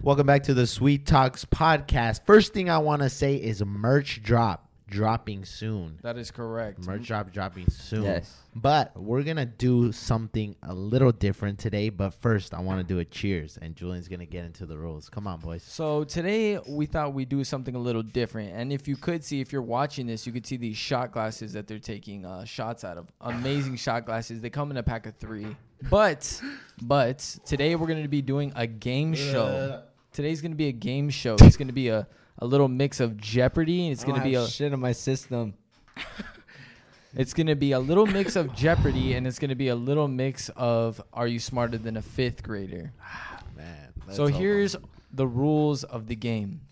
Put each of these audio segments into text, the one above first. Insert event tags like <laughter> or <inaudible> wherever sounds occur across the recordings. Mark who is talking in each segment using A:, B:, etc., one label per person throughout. A: Welcome back to the Sweet Talks podcast. First thing I want to say is merch drop dropping soon.
B: That is correct.
A: Merch drop dropping soon.
C: Yes.
A: But we're gonna do something a little different today. But first, I want to do a cheers, and Julian's gonna get into the rules. Come on, boys.
B: So today we thought we'd do something a little different, and if you could see, if you're watching this, you could see these shot glasses that they're taking uh, shots out of. Amazing shot glasses. They come in a pack of three. But, but today we're gonna be doing a game show. Today's gonna be a game show. It's gonna be a, a little mix of Jeopardy, and it's
C: It's
B: gonna be a
C: shit in my system.
B: <laughs> It's gonna be a little mix of Jeopardy, and it's gonna be a little mix of Are you smarter than a fifth grader?
A: Man.
B: so here's the rules of the game.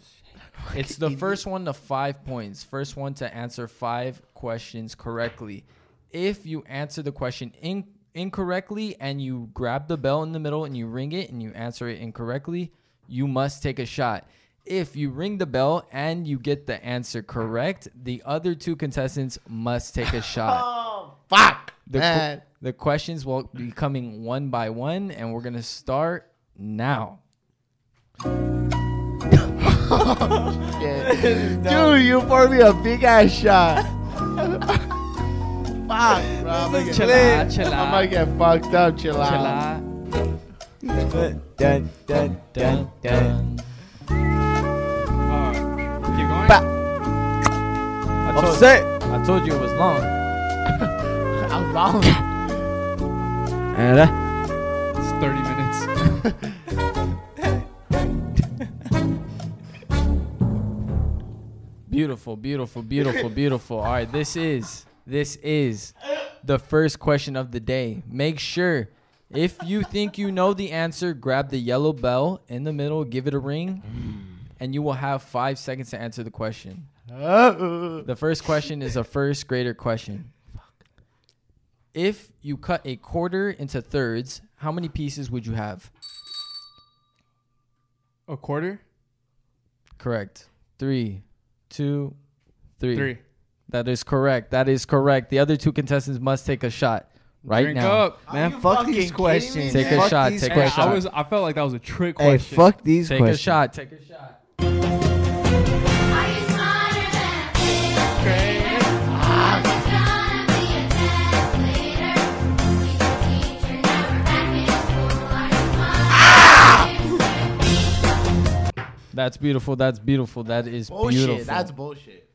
B: It's the first one to five points. First one to answer five questions correctly. If you answer the question in- incorrectly and you grab the bell in the middle and you ring it and you answer it incorrectly, you must take a shot. If you ring the bell and you get the answer correct, the other two contestants must take a shot.
A: fuck.
B: The, qu-
A: man.
B: the questions will be coming one by one, and we're gonna start now.
A: <laughs> Dude, you poured me a big ass shot. <laughs> Fuck, bro. I'm gonna,
B: is
A: get,
B: chela, chela.
A: I'm gonna get fucked up, chill out.
C: dun, dun, dun, dun, dun.
B: keep going. I told,
C: Upset.
B: I told you it was long. <laughs>
A: I'm wrong.
D: It's 30 minutes.
B: <laughs> Beautiful, beautiful, beautiful, beautiful. All right, this is this is the first question of the day. Make sure if you think you know the answer, grab the yellow bell in the middle, give it a ring, and you will have five seconds to answer the question. The first question is a first grader question. If you cut a quarter into thirds, how many pieces would you have?
D: A quarter?
B: Correct. Three, two, three.
D: Three.
B: That is correct. That is correct. The other two contestants must take a shot right
D: Drink
B: now.
D: up.
C: Man,
A: you
C: fuck
A: fucking
C: these
A: kidding me,
C: questions.
B: Take a
C: Fuck
B: shot,
C: these
B: take a
D: Hey,
C: questions.
B: shot.
D: I was I felt like that was a trick
C: Hey,
D: question.
C: fuck these
B: Take
C: questions.
B: a shot. Take a shot.
E: Are you smarter than a fifth grader? There's gonna be a test later. Teacher, teacher, now we're back in school. Are you
B: That's beautiful. That's beautiful. That is
A: Bullshit.
B: beautiful.
A: That's bullshit.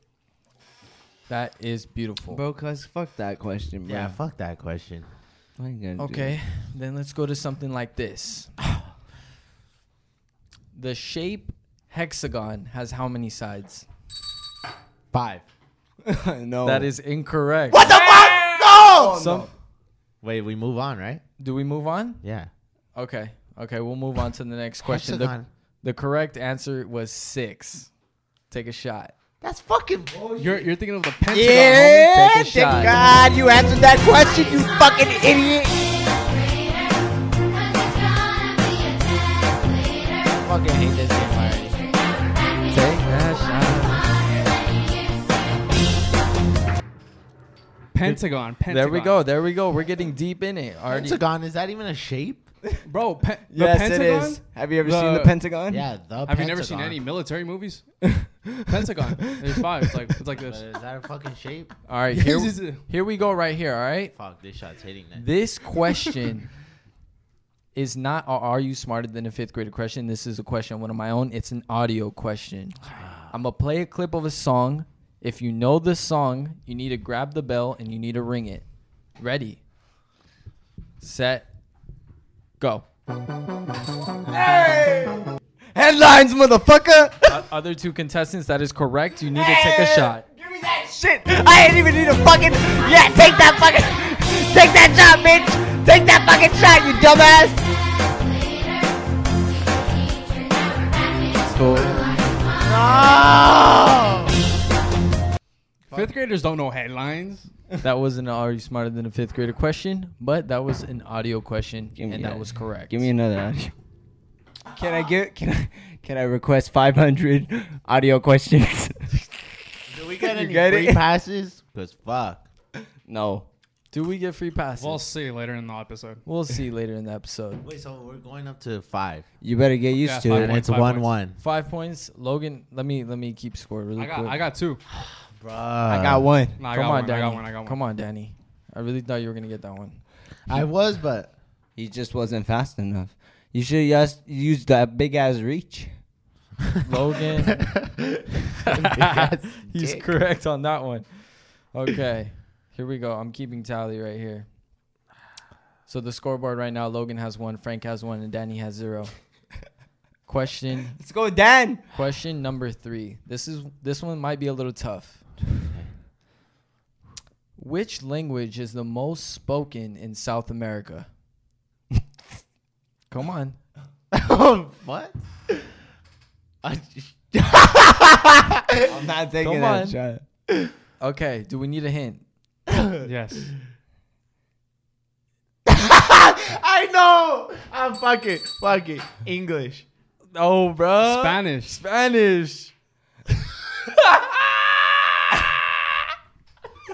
B: that is beautiful.
C: Bro, cuz fuck that question, bro.
A: Yeah, fuck that question.
C: What you gonna do?
B: Okay, then let's go to something like this. the shape hexagon has how many sides?
A: Five.
C: <laughs> no.
B: That is incorrect.
A: What the fuck? No!
B: Some,
A: Wait, we move on, right?
B: Do we move on?
A: Yeah.
B: Okay. Okay, we'll move on to the next question. The,
A: Hexagon.
B: the correct answer was six. Take a shot.
A: That's fucking bullshit.
D: You're, you're thinking of the Pentagon. homie.
C: Yeah,
B: Take a shot.
C: thank God you answered that question, you fucking idiot.
A: I fucking hate this game already.
C: Take a shot.
D: Pentagon. Pentagon.
B: There we go. There we go. We're getting deep in it. Already.
A: Hexagon, is that even a shape?
D: Bro, pe- the
C: Yes,
D: Pentagon?
C: it is. Have you ever
D: The-
C: seen the Pentagon? <laughs>
A: Yeah, the
D: Have you never seen any military movies? Pentagon. There's five. It's
C: <laughs>
D: like it's like
A: But is
D: this.
A: that a fucking shape?
B: All right. Here,
D: Jesus.
B: here we go right here, all right?
A: Fuck, this shot's hitting that.
C: <laughs>
B: This question is not a are you smarter than a fifth grader question. This is a question one of my own. It's an audio question.
C: Ah.
B: I'm gonna play a clip of a song. If you know the song, you need to grab the bell and you need to ring it. Ready, set, go.
C: Headlines, motherfucker.
B: O- Other two contestants, that is correct. You need to take a shot.
C: Give me that shit. I ain't even need a fucking. Yeah, take that fucking. <laughs> Take that shot, bitch. Take that fucking shot, you dumbass.
D: Fifth graders don't know headlines.
B: That wasn't an are you smarter than a fifth grader question, but that was an audio question,
C: Give me
B: and that
C: that.
B: was correct.
C: Give me another audio. Can I get? Can I? Can I request 500
A: <laughs>
C: audio questions?
A: Do we get
C: You
A: any
C: get
A: free
C: it?
A: passes? Cause fuck.
C: no.
B: Do we get free passes?
D: We'll see later in the episode.
B: We'll see later in the episode.
F: Wait, so we're going up to five,
A: You better get used
D: Yeah,
A: to
D: fine.
A: it.
F: and it's
D: five
F: one
D: points.
F: one.
B: Five points, Logan. Let me let me keep score really
D: I got,
B: quick.
D: I got two.
F: Bruh.
A: I got one.
D: No, I
B: Come
D: got
B: on,
D: one.
B: Danny.
D: I got one. I got one.
B: Come on, Danny. I really thought you were gonna get that
D: <laughs>
B: one. <laughs>
F: I was, but
A: He just wasn't fast enough. You should have used that big ass reach. <laughs>
B: Logan.
F: Yes,
B: He's
F: dick.
B: correct on that one. Okay, here we go. I'm keeping tally right here. So the scoreboard right now: Logan has one, Frank has one, and Danny has
D: <laughs>
B: zero. question
A: Let's go, Dan.
B: question number three. This is this one might be a little tough. Which language is the most spoken in South <laughs> America? Come on.
F: what?
A: I'm not taking
B: Come
A: that
B: on.
A: shot.
B: Okay. Do we need a hint?
D: Yes.
C: <laughs>
F: I know. I'm fucking fucking English.
B: No, Oh, bro.
D: Spanish.
B: Spanish.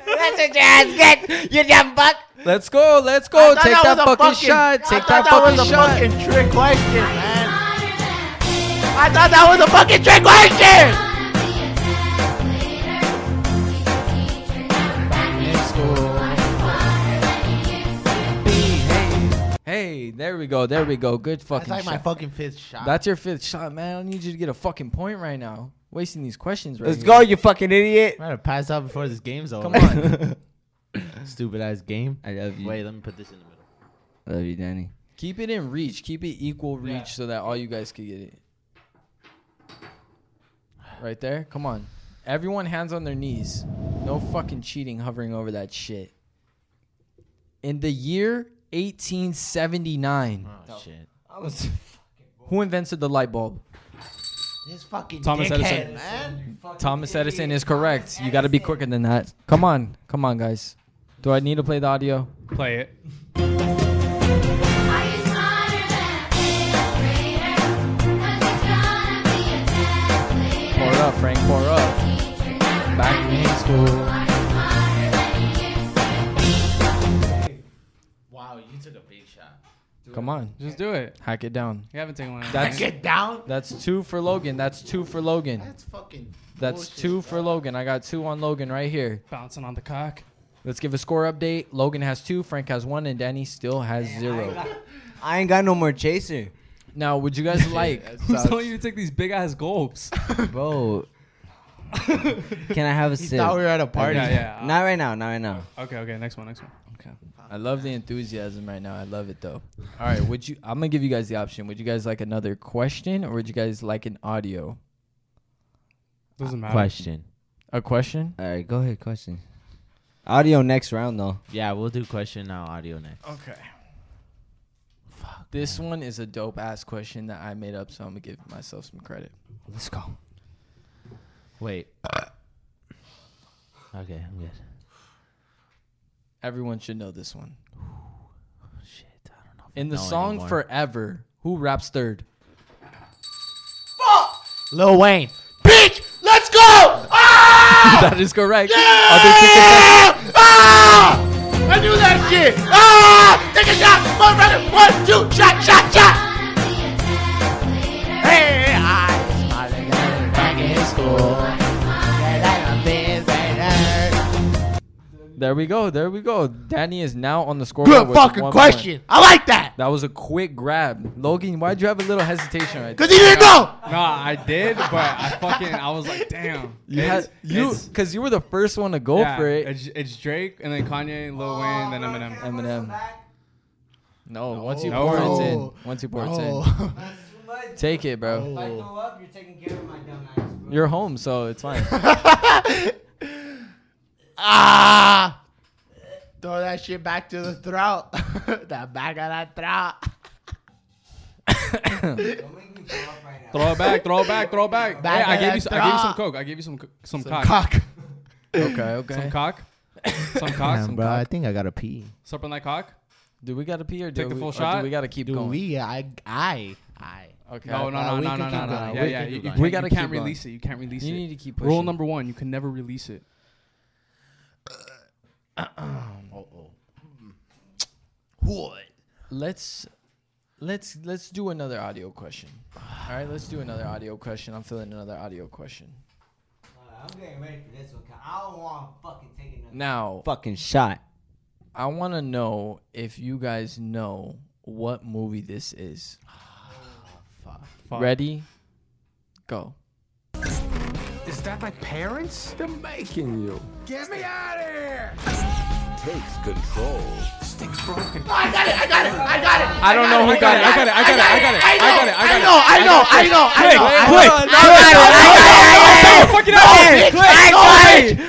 A: That's what your ass get. You dumb fuck.
B: Let's go. Let's go.
F: thought
B: Take that,
F: that was a
B: fucking,
F: fucking-
B: shot.
F: I
B: Take that,
F: thought
B: fucking
F: was a
B: shot.
F: fucking trick question, man.
E: Smarter than big,
F: I thought that was a fucking trick question.
E: gonna be a test leader. He's a teacher, never back in Smarter than he used to
B: Hey, there we go. There we go. Good fucking
F: That's like my
B: shot.
F: fucking fifth shot.
B: That's your fifth shot, man. I need you to get a fucking point right now. Wasting these questions right
A: Let's
B: here.
A: go, you fucking idiot.
F: I'm gonna pass out before this game's over.
B: Come
A: <laughs>
B: on.
F: <laughs> Stupid ass game.
A: I love you.
F: Wait, let me put this in the middle.
A: I love you, Danny.
B: Keep it in reach. Keep it equal reach so that all you guys could get it. Right there. Come on. Everyone hands on their knees. No fucking cheating hovering over that shit. In the year 1879,
F: Oh shit.
A: I was. <laughs>
B: who invented the light bulb?
F: This fucking
D: Thomas
F: dickhead,
D: Edison.
F: man.
B: Thomas Edison is correct. You got to be quicker than that. Come on. Come on, guys. Do I need to play the audio?
D: Play it.
E: Are you smarter than fifth grader? Was you gonna be a test
B: Pour
E: leader?
B: up, Frank. Pour up.
E: Teacher never
B: Back in school.
E: Are you smarter than he used to be?
F: Wow, you took a big shot.
B: Come on.
D: Just do it.
B: Hack it down.
D: You haven't taken one.
B: That's-
F: Get down.
B: That's two for Logan. That's two for Logan.
F: That's fucking.
B: That's
F: bullshit,
B: two for
F: bro.
B: Logan. I got two on Logan right here.
D: bouncing on
C: <laughs>
D: the cock.
B: Let's give a score update. Logan has two, Frank has one, and Danny still has zero.
A: I ain't got no more chaser,
B: Now, would you guys like?
D: Who's
B: <laughs>
D: telling you to take these big ass gulps?
A: bro. Can I have <laughs> a
F: He
A: sip?
F: thought we were at a party.
D: yeah, yeah.
A: Not right now. Not right now.
D: okay, okay. Next one. Next one.
B: I love the enthusiasm right now. I love it though. All right, would you? I'm gonna give you guys the option. Would you guys like another question, or would you guys like an audio?
D: Doesn't matter.
F: Question.
B: A question?
A: All right, go ahead. Question. Audio next round though.
F: Yeah, we'll do question now. Audio next.
D: Okay.
B: This one is a dope ass question that I made up, so I'm gonna give myself some credit.
A: Let's go.
F: Wait. okay, I'm good.
B: Everyone should know this one.
F: Shit, I don't know. if I
B: In the
F: know
B: song
F: anymore.
B: "Forever," who raps third?
F: Lil Wayne. Bitch, let's go! Ah!
B: that is correct.
F: Ah! I knew that shit. Ah! Take a shot, motherfucker. One, two, shot, shot, shot.
E: Gonna be a test leader.
F: Hey, I smarter than back in school.
B: Other two- there we go. There we go. Danny is now on the scoreboard.
F: Good
B: with
F: fucking
B: one
F: question.
B: point.
F: I like that.
B: That was a quick grab. Logan, why'd you have a little hesitation right there?
F: Cause he didn't know.
D: No, I did, but I fucking I was like, damn.
B: You had you
D: it's-
B: because you were the first one to go
D: yeah,
B: for it.
D: It's, it's Drake and then Kanye, Lil Wayne, then Eminem.
B: Eminem. No, once you
D: No.
B: pour it in,
F: No.
B: once you pour
F: Oh.
B: it in, take it, bro. You're home, so it's
F: <laughs>
B: fine.
F: ah! Throw that shit back to the throat. <laughs> that back of that throat.
D: Throw it back, throw it back, throw it back.
F: Back
D: hey, I
F: at
D: gave you,
F: that
D: I gave you some
F: drop.
D: coke. I gave you some co- some,
F: Some
D: cock.
F: cock.
B: okay, okay.
D: some cock,
F: <laughs>
D: some cock,
F: Damn,
D: some
F: bro, Uh, I
D: cock.
F: think I gotta pee.
D: Something like cock.
B: Do we gotta pee or do
D: Take the
B: we,
D: full
B: or do
D: shot?
B: we gotta keep
F: Do
B: going?
F: we? I, I, I.
B: Okay.
D: No, no,
F: Uh,
D: no,
F: we
D: no,
F: can
D: no,
F: keep
D: no, no.
F: going.
D: Yeah,
F: We
D: yeah.
F: can
D: You,
F: keep
D: you
B: We
F: going.
D: can't-
B: gotta
D: you can't
B: keep going.
D: release it. You can't release
B: You
D: it.
B: need to keep
D: Rule
B: pushing.
D: number one: you can never release it.
F: Uh oh. What?
B: Let's let's let's do another audio question. All right, let's do another audio question. I'm feeling another audio question.
C: I'm getting ready for this one. I don't want to fucking take another
B: Now,
C: fucking shot.
B: I want to know if you guys know what movie this <sighs> is.
D: Fuck.
B: Ready? Go.
G: Is that my parents? They're making you. Get me out of here!
H: takes control.
G: Sticks broken.
C: I got it! I got it! I got it!
D: I don't know who got it. I got it. I got it. I got it. I got it. I got it.
C: I know! I know! I know! I know!
D: Quick,
C: I got it!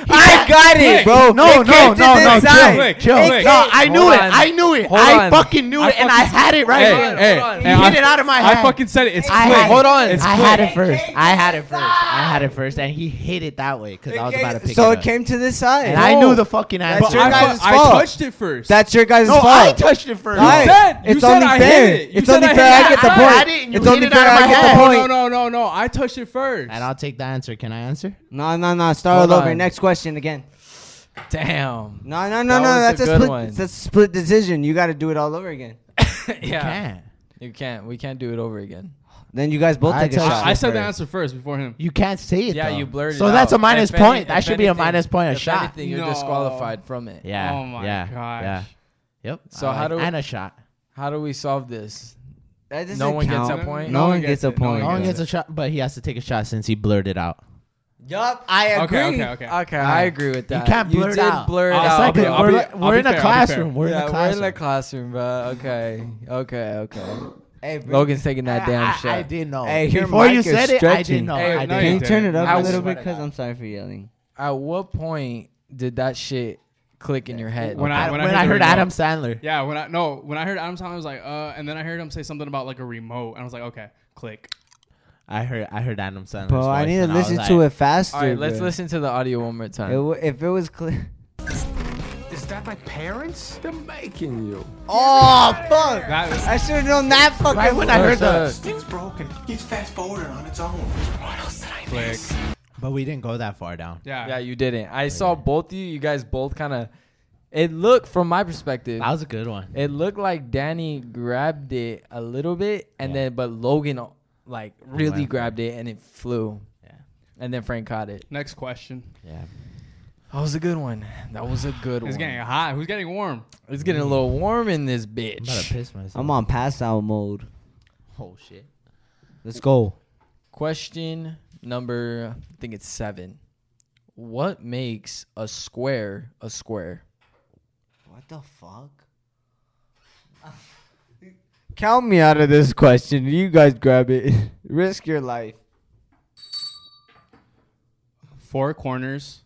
C: I got it! I got it! I got it, bro!
F: No,
C: It
F: no,
C: came to
F: no,
C: this
F: no,
C: side.
F: chill,
D: Quick,
F: chill.
D: quick.
F: No, I knew
B: Hold
F: it.
B: on.
F: I knew it.
B: Hold
F: I
B: on.
F: fucking knew
D: I
F: it, and I
D: fucking-
F: had it right
D: Hey,
F: here.
D: hey,
B: on.
D: hey,
F: You
D: I-
F: hit it out of my
D: I
F: hand.
D: fucking said it. It's
F: I
D: quick.
F: had-
B: Hold on.
D: It's
F: I
D: quick.
F: had it first. I had it first. I had it first, and he hit it that way because I was about to pick
C: So
F: it
C: it
F: up.
C: came to this side.
F: and I knew the fucking answer.
D: But
C: your
D: I,
F: I-
C: guys'
D: fu- I
C: fault.
D: touched it first.
C: That's your guys'
F: no,
C: fault.
F: I touched it first.
C: Alright,
D: said- you
C: It's
D: said
C: only
D: I hit
C: fair.
D: it. You
C: it's
D: said
C: only
D: I
C: fair.
D: hit
C: I
D: it.
C: get the
F: I-
C: point.
F: I didn't. You
C: it's only
F: hit it
C: fair.
F: out of
C: I
F: my
C: get
F: hand.
C: the
D: no,
C: point.
D: no, no, no, no. I touched it first.
F: And I'll take the answer. Can I answer?
C: No, no, no. Start
B: Hold
C: all over.
B: on.
C: Next question again.
B: Damn.
C: No, no, no,
B: That
C: no.
B: was a
C: That's a,
B: good
C: split.
B: one.
C: That's a split decision. You got to do it all over again.
B: <laughs> yeah.
F: Can't.
B: You can't. We can't do it over again.
C: Then you guys both
F: I
C: take a
F: touched
C: shot.
D: I, I said the
F: first.
D: answer first before him.
F: You can't say it.
B: Yeah,
F: though.
B: you blurted.
F: So
B: it
F: that's
B: out.
F: a minus
B: If any-
F: point. that
B: if
F: should be a
B: anything-
F: minus point. A
B: if
F: shot.
B: anything, you're
D: No.
B: disqualified from it.
F: Yeah.
D: Oh my
F: yeah,
D: gosh.
F: Yeah. Yep.
B: So how do we-
F: and a shot?
B: How do we solve this?
C: That doesn't
B: No one gets a
C: count.
B: point?
C: No, one gets a
D: it. No one
C: point.
F: No one
D: gets
F: gets a shot, but he has to take a shot since he blurted out.
C: Yup, I agree.
D: Okay, okay, okay.
B: Okay, Ah, I agree with that.
F: You can't blur
B: did
F: it out.
B: blur it
D: I'll
B: out.
D: I'll
F: It's
D: be-
F: like
D: I'll
F: we're
D: be-
F: like-
D: I'll
F: we're
D: be
F: in
D: fair,
F: a
D: I'll be fair.
F: classroom. We're in
B: yeah,
F: a
B: we're in
F: classroom.
B: the classroom, bro. Okay, okay, okay.
C: Hey, bro.
B: Logan's taking that damn
F: I,
B: shot.
F: I, I did know.
C: Hey, your
F: Before you
C: mic is
F: said it, I did
C: stretching.
F: know.
D: Hey,
F: I
D: no,
F: did.
C: Can
D: you
C: you turn it
D: didn't.
C: up
B: I
C: a
B: was-
C: little
B: swear
C: bit?
B: to
C: Because
B: God.
C: I'm sorry for yelling.
B: At what point did that shit click in your head?
D: When
F: I,
D: I-
F: when
D: heard
F: I
D: the
F: heard
D: remote.
F: Adam Sandler,
D: Yeah, when I no, when I heard Adam Sandler, I was like, uh, and then I heard him say something about like a remote, and I was like, okay, click.
F: I heard I heard Adam Sandler.
C: Bro, I need to listen to it faster.
B: All right, let's
C: bro.
B: listen to the audio one more
C: It
B: time.
C: w- if it was clear.
G: Is that my parents? They're making you.
C: Oh fuck!
D: That was,
C: I should have known that fucking.
F: Right when I
B: Sir,
F: heard the,
B: sir.
G: Sticks broken. He's fast forwarding on its own. What else did I
D: click.
F: but we didn't go that far down.
D: Yeah.
B: yeah, you didn't. I saw both of you. You guys both kind of. It looked, from my perspective,
F: That was a good one.
B: it looked like Danny grabbed it a little bit, and
F: Yeah.
B: then but Logan like really
F: went for
B: grabbed it and it flew.
F: Yeah.
B: And then Frank caught it.
D: Next question.
F: Yeah.
B: That was a good one. That was a good
D: It's
B: one.
D: getting hot. Who's getting warm?
B: It's getting a little warm in this
F: I'm about to
B: bitch.
F: piss myself.
C: I'm on pass out mode.
F: Oh shit.
C: Let's go.
B: Question number, I think it's seven. What makes a square a square?
C: What the fuck? Count me out of this question. You guys grab it. <laughs> Risk your life.
D: Four corners.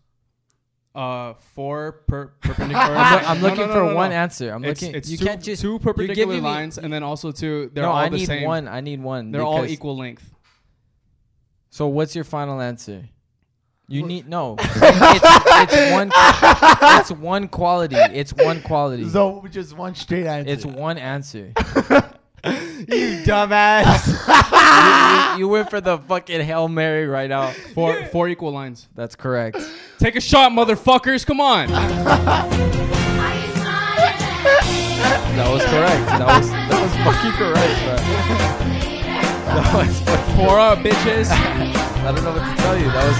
D: Uh, four per- perpendicular.
B: <laughs> I'm, I'm looking for one
D: answer.
B: answer. I'm
D: It's,
B: looking.
D: it's
B: you
D: two,
B: can't just
D: two
B: you're
D: perpendicular
B: giving me-
D: lines, and then also two. They're
B: no,
D: all
B: I
D: the
B: need
D: same.
B: one. I need one.
D: They're all
B: because-
D: equal length.
B: So what's your final answer? You need no. it's, it's one. It's one quality. It's one quality.
F: So just one straight answer.
B: It's one answer.
C: You dumbass.
B: <laughs> you, you went for the fucking hail mary right out.
D: Four four equal lines.
B: That's correct.
D: Take a shot, motherfuckers! Come on.
B: That was correct. That was that was fucking correct. Bro. That was fucking.
D: Pour up, bitches.
B: I don't know what to tell you. That was.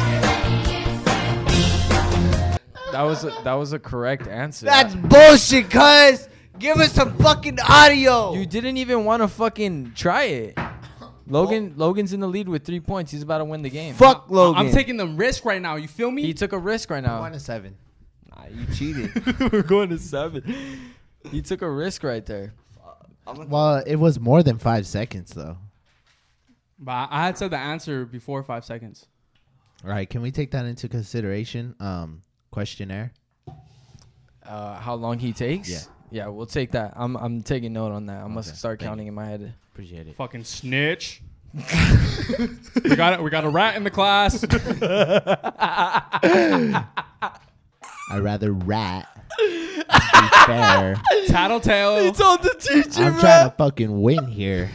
B: That was a, that was a correct answer.
C: That's bullshit, cuz. Give us some fucking audio.
B: You didn't even want to fucking try it. Logan Logan's in the lead with three points. He's about to win the game.
C: fuck Logan.
D: I'm taking the risk right now. You feel me?
B: He took a risk right
F: one
B: now.
F: to seven.
C: Nah, you cheated.
B: <laughs> We're going to seven. He took a risk right there.
F: Well, it was more than five seconds though.
D: But I I had said the answer before five seconds.
F: All right. Can we take that into consideration? Um, questionnaire.
B: Uh, how long he takes?
F: Yeah.
B: Yeah, we'll take that. I'm I'm taking note on that. I must
F: Okay,
B: start
F: thank
B: counting in my head.
F: Appreciate it.
D: Fucking <laughs> snitch. we got it. We got a rat in the class.
F: I'd rather rat. <laughs> to be fair.
D: Tattletale.
B: told the teacher.
F: I'm trying to fucking win here.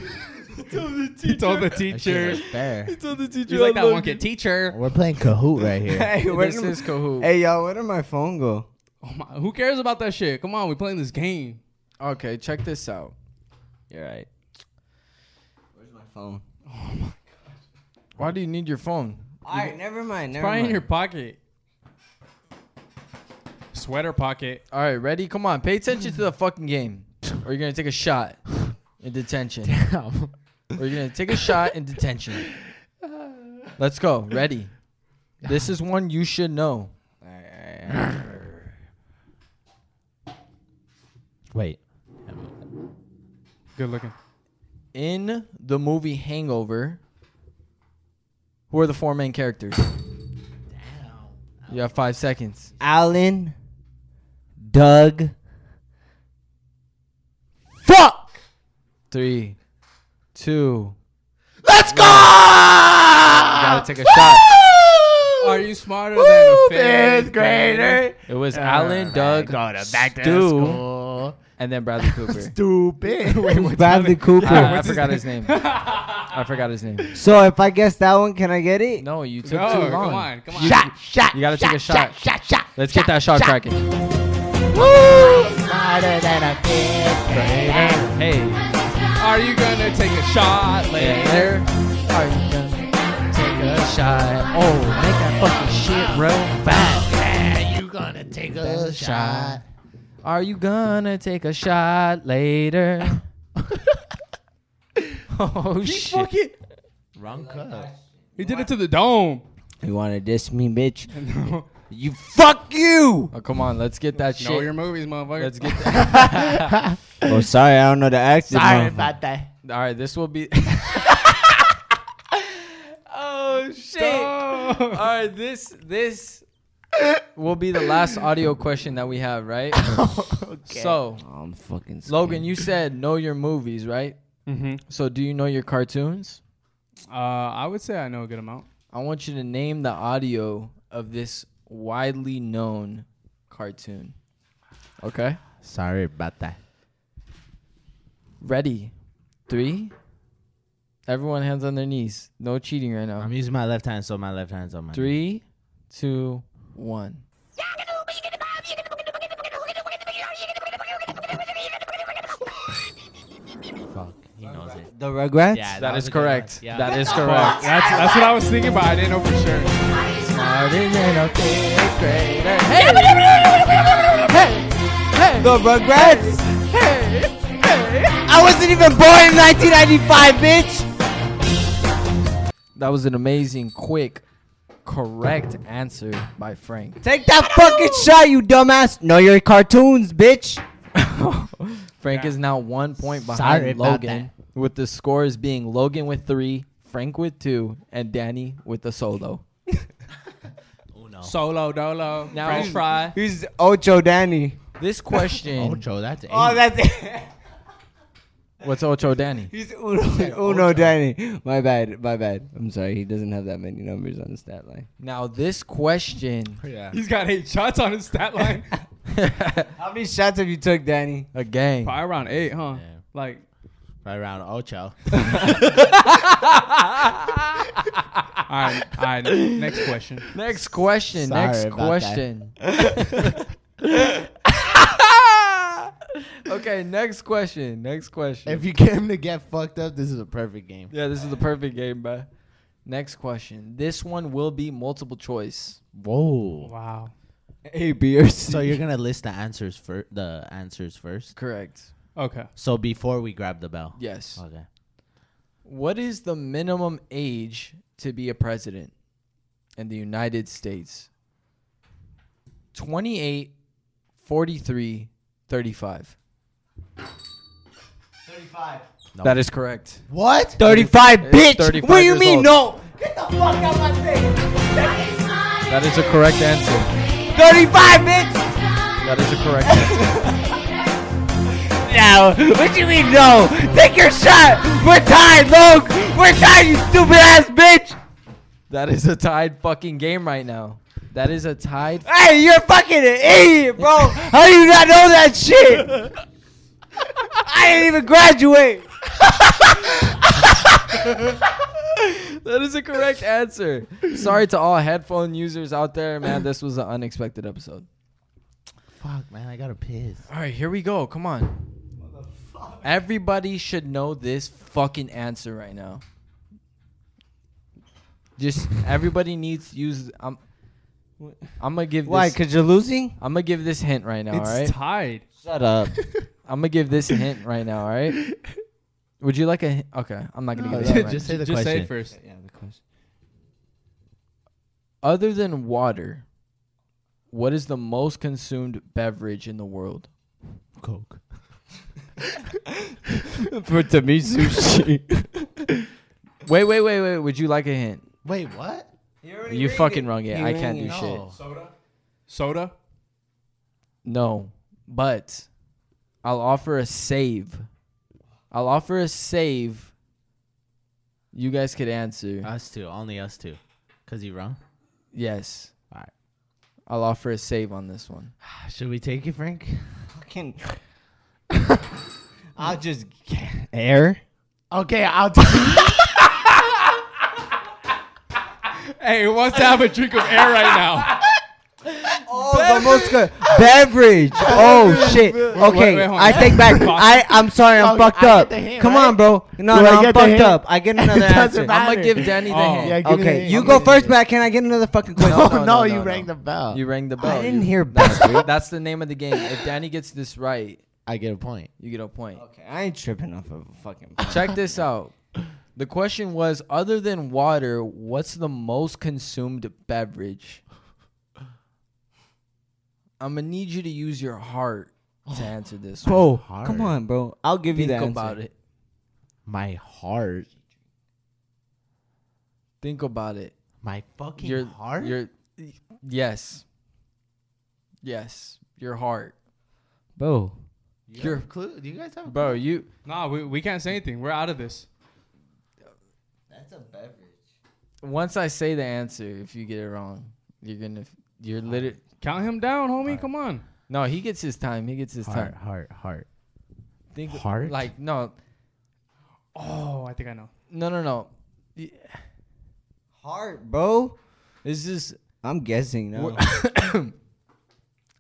D: He told the
F: That shit
D: teacher.
F: was fair.
B: told the teacher.
D: He's like that one kid. Teacher.
F: We're playing Kahoot right
C: <laughs> <laughs>
F: here.
C: hey, where
B: This
C: did,
B: is Kahoot.
C: hey, y'all, where did my phone go?
D: Oh my, who cares about that shit? Come on, we're playing this game.
B: Okay, check this out. You're right.
C: Where's my phone?
B: Why do you need your phone?
C: All right, never mind. Never
D: Probably in
C: mind.
D: your pocket. Sweater pocket.
B: All right, ready? Come on, pay attention to the fucking game, or you're gonna take a shot in detention. Or you're gonna take a shot in detention. Let's go. Ready? This is one you should know.
F: Wait.
D: Good looking.
B: In the movie Hangover, who are the four main characters? You have five seconds.
C: Alan, Doug. Fuck!
B: Three, two.
C: Let's go!
B: Gotta take a shot.
D: Are you smarter than a fifth
C: Fifth grader.
B: It
D: Ah,
B: was Alan, Doug, Stu, and then Bradley
D: <laughs>
B: Cooper.
F: <laughs>
B: Ah,
F: Stupid.
C: Bradley Cooper.
B: I, I forgot his name. I forgot his
D: <laughs>
B: name.
C: so if I guess that one, can I get it?
B: No, you took
D: No,
B: too long.
D: come on, come on.
A: Shot, shot.
B: You gotta
A: shot,
B: take a shot.
A: Shot, shot.
B: Let's get that shot cracking.
A: Smarter than a fifth grader.
B: Hey,
D: Are you gonna take a shot later?
B: there. Are you gonna take a shot? Oh, make that fucking shit real fast.
F: you gonna take a shot.
B: Are you gonna take a shot later? oh shit!
D: Fuck it.
F: Wrong cup.
D: He did it to the dome.
C: You wanna diss me, bitch? You fuck you!
B: Oh, come on, let's get that
D: Know your
B: shit.
D: movies,
B: <laughs>
D: motherfucker.
B: Let's get that.
C: Oh, sorry, I don't know the accent.
A: Sorry
C: motherfucker.
A: about that.
B: All right, this will be. <laughs> oh shit!
D: <laughs>
B: All right, this this will be the last audio question that we have, right? So,
C: Oh, I'm fucking scared.
B: Logan, you said know your movies, right?
D: Mm-hmm.
B: So, do you know your cartoons?
D: Uh, I would say I know a good amount.
B: I want you to name the audio of this widely known cartoon. Okay.
F: Sorry about that.
B: Ready? Three. Everyone, hands on their knees. No cheating right now.
F: I'm using my left hand, so my left hand's on my
B: Three, two, one.
F: Fuck. He knows it.
C: The Rugrats?
F: Yeah,
B: That
F: was
B: is
F: a good one.
B: correct.
F: Yeah.
B: That <laughs> is correct.
D: That's that's what I was thinking, but I didn't know for sure.
C: The Rugrats? I wasn't even born in 1995, bitch!
B: That was an amazing, quick, correct answer by <laughs> Frank.
C: Take that fucking shot, you dumbass! Know your cartoons, bitch!
B: Frank is now one point behind
F: Sorry about
B: Logan, with the scores being Logan with three, Frank with two, and Danny with a solo.
D: Solo dolo.
B: Now-
D: French fry.
C: He's Ocho Danny. <laughs>
B: This question.
F: Ocho, that's eight.
C: Oh, that's it.
B: What's Ocho Danny?
C: He's Uno, Uno Danny. My bad, my bad. I'm sorry, he doesn't have that many numbers on the stat line.
B: Now this
C: <laughs>
B: question
F: yeah.
D: He's got eight shots on his stat line.
C: How many shots have you took, Danny?
B: again.
D: Probably around eight, huh?
F: Yeah.
D: Like
F: Right around Ocho.
D: all right, all right. Next question.
B: Next question.
C: Sorry
B: next
C: about that.
B: question.
C: <laughs>
B: okay, next question. Next question.
F: <laughs> if you came to get fucked up, this is a perfect game.
B: yeah, this is the perfect game, bro. Next question. This one will be multiple choice.
F: Whoa.
D: Wow.
C: A, B, or C.
F: So you're gonna list the answers for the answers first.
B: Correct.
D: Okay.
F: So before we grab the bell.
C: Oh,
B: Yes.
F: Okay.
B: What is the minimum age to be a president in the United States? 28, 43, 35.
C: 35.
F: No.
B: That is correct.
F: What?
C: 35,
B: It's
C: bitch!
B: 35
C: what do you
B: years
C: mean,
B: old.
C: no? Get the fuck out my face!
B: That is a correct answer.
C: 35, bitch!
B: That is a correct
C: <laughs>
B: answer.
C: No, what you mean no? Take your shot! We're tied, Luke! We're tied, you stupid ass bitch!
B: That is a tied fucking game right now. That is a tied.
C: <laughs> Hey, you're fucking an idiot, bro! How do you not know that shit?
B: <laughs>
C: I didn't even graduate!
B: That is a correct answer. Sorry to all headphone users out there, man. This was an unexpected episode.
F: Fuck, man, I gotta piss.
B: All right, here we go. Come on. Everybody should know this fucking answer right now. Just everybody needs to use. I'm, I'm gonna give.
C: Why?
B: This,
C: Because you're losing?
B: I'm gonna give this hint right now.
D: it's
B: all right.
D: tied.
C: Shut up.
B: I'm gonna give this a hint right now. All right. Would you like a? hi- Okay, I'm not gonna give it.
F: yeah,
B: that right.
F: <laughs> just say the
D: Just say
F: question.
D: it first.
C: <laughs> yeah, the question.
B: Other than water, what is the most consumed beverage in the world? <laughs>
F: Coke.
C: For Tami sushi.
B: Wait, wait, wait, wait. Would you like a hint?
F: Wait, what?
B: You fucking wrong it.
C: You
B: I can't
C: ring
B: do
C: it.
B: shit.
D: Soda. Soda.
B: No, but I'll offer a save. I'll offer a save. You guys could answer.
D: Uh,
F: Us two, only us two. Cause you wrong.
B: yes.
F: Alright.
B: I'll offer a save on this one.
F: Should we take it, Frank? <laughs>
C: Fucking. I'll just. Air?
F: Okay, I'll. T-
D: Hey, who wants to have a drink of air right now?
C: Oh, the most good beverage. <laughs> Oh shit. Okay,
D: wait, hold
C: I
D: on.
C: take <laughs> back. I I'm sorry. I'm
F: Oh,
C: fucked
F: I get
C: up.
F: the hint,
C: Come
F: right?
C: on, bro. No,
F: Do
C: no,
F: I
C: I'm
F: get the
C: fucked
F: hint?
C: up. <laughs> I get another
F: Doesn't
C: answer.
F: matter.
B: I'm gonna give Danny the
D: Oh.
B: hint.
D: Yeah,
C: Okay, you go first, but can I get another fucking question?
B: No,
F: oh
B: no,
F: no,
B: no,
F: you
B: no,
F: rang
B: no.
F: the bell.
B: You rang the bell.
C: Uh, I didn't
B: <laughs>
C: hear
B: That's,
C: that. dude.
B: that's the name of the game. If Danny gets this right,
F: I get a point.
B: you get a point.
C: Okay, I ain't tripping off of a fucking.
B: Check this out. The question was other than water, what's the most consumed beverage? I'm going to need you to use your heart
C: <sighs>
B: to answer this. one.
C: Bro,
F: Hard.
C: come on, bro. I'll give you
B: Think
C: that.
B: about it.
F: My heart.
B: Think about it.
F: My fucking
B: Your
F: heart.
B: Your yes. Yes, your heart.
C: bro.
F: You have
B: your-
F: a clue. Do you guys have? a
B: Bro, you
D: Nah, we, we can't say anything. We're out of this.
C: That's a beverage.
B: once I say the answer, if you get it wrong, you're going to you're literally
D: Count him down, homie. Come on.
B: No, he gets his time. He gets his
F: Heart,
B: time.
F: heart, heart.
B: Think
F: Heart?
B: like no.
D: Oh, I think I know.
B: No, no, no.
C: Heart, bro.
B: This is
C: I'm guessing now.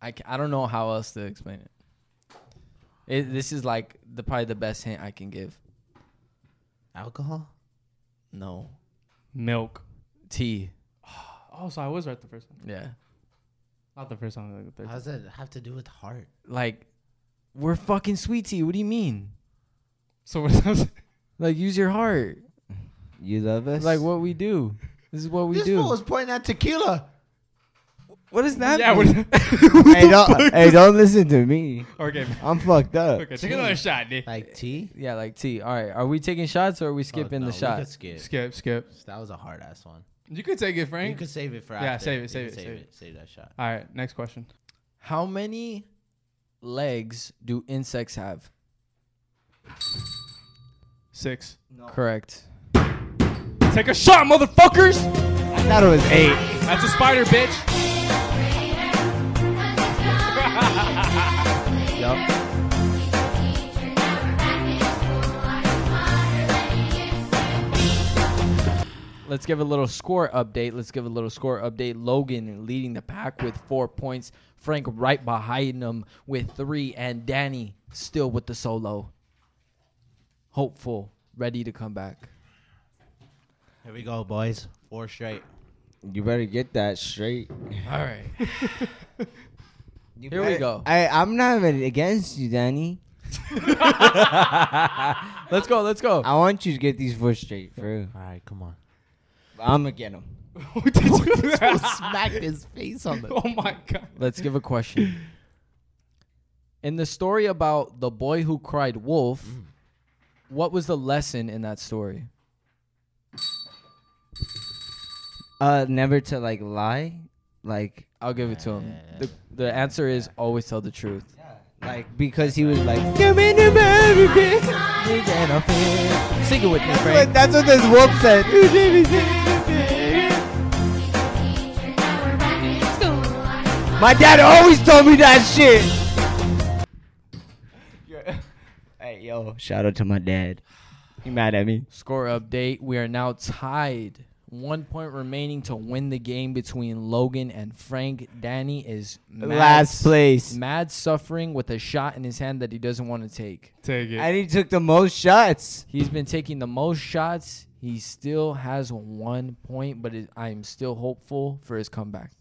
B: I, ca- I don't know how else to explain it. it this is like the probably the best hint I can give.
F: Alcohol.
B: No.
D: Milk.
B: Tea.
D: Oh, so I was right the first time.
B: Yeah.
D: Not the first time. Like the third
F: How
D: time.
F: does that have to do with heart?
B: Like we're fucking sweet tea. What do you mean?
D: So what does <laughs> that?
B: Like use your heart.
C: You love us? <laughs>
B: Like what we do. This is what we
F: this
B: do.
F: fool is pointing at tequila.
B: what is that?
D: Yeah.
B: mean?
D: What, <laughs>
C: Hey, don't, hey, don't listen to me.
D: okay.
C: I'm fucked up.
D: Okay. Take another shot, dude.
F: Like tea.
B: yeah, like tea. All right. Are we taking shots or are we skipping
F: Eh, Uh,
B: the
F: oh, no, we
B: shot?
F: could skip.
D: Skip. Skip.
F: That was a hard ass one.
D: You could take it,
F: You
D: Frank.
F: could save it for
D: Yeah,
F: after.
D: save it,
F: You
D: save
F: could
D: it, save it.
F: Save that shot.
D: All right. Next question.
B: How many legs do insects have?
D: Six.
B: Correct.
D: Take a shot, motherfuckers.
C: I thought it was eight.
D: That's a spider, bitch. <laughs>
B: Yep. Let's give a little score update. Let's give a little score update. Logan leading the pack with four points. Frank right behind him with three. And Danny still with the solo. Hopeful, ready to come back.
F: Here we go, boys. Four straight.
C: You better get that straight.
B: All right. <laughs>
C: You
B: Here we
C: better-
B: go.
C: I, I'm not even against you, Danny.
B: Let's go. Let's go.
C: I want you to get these four straight, for real.
F: All right, come on.
C: I'm gonna get them.
D: Who did you do <laughs> that?
F: Smacked his face on the.
D: Oh my god.
B: Let's give a question. In the story about the boy who cried wolf, what was the lesson in that story?
C: Uh, never to like lie, like
B: I'll give it to him. The, the answer is always tell the truth.
C: like because he was like, give me the baby, bitch."
B: Sing it with me,
C: That's what-
B: Frank.
C: That's what this wolf <laughs> said. My dad always told me that shit. <laughs> hey, yo, shout out to my dad. He mad at me.
B: Score update. We are now tied One point remaining to win the game between Logan and Frank. Danny is mad,
C: Last place.
B: mad suffering with a shot in his hand that he doesn't want to take.
D: Take it.
C: And he took the most shots.
B: He's been taking the most shots. He still has one point, but it, I am still hopeful for his comeback.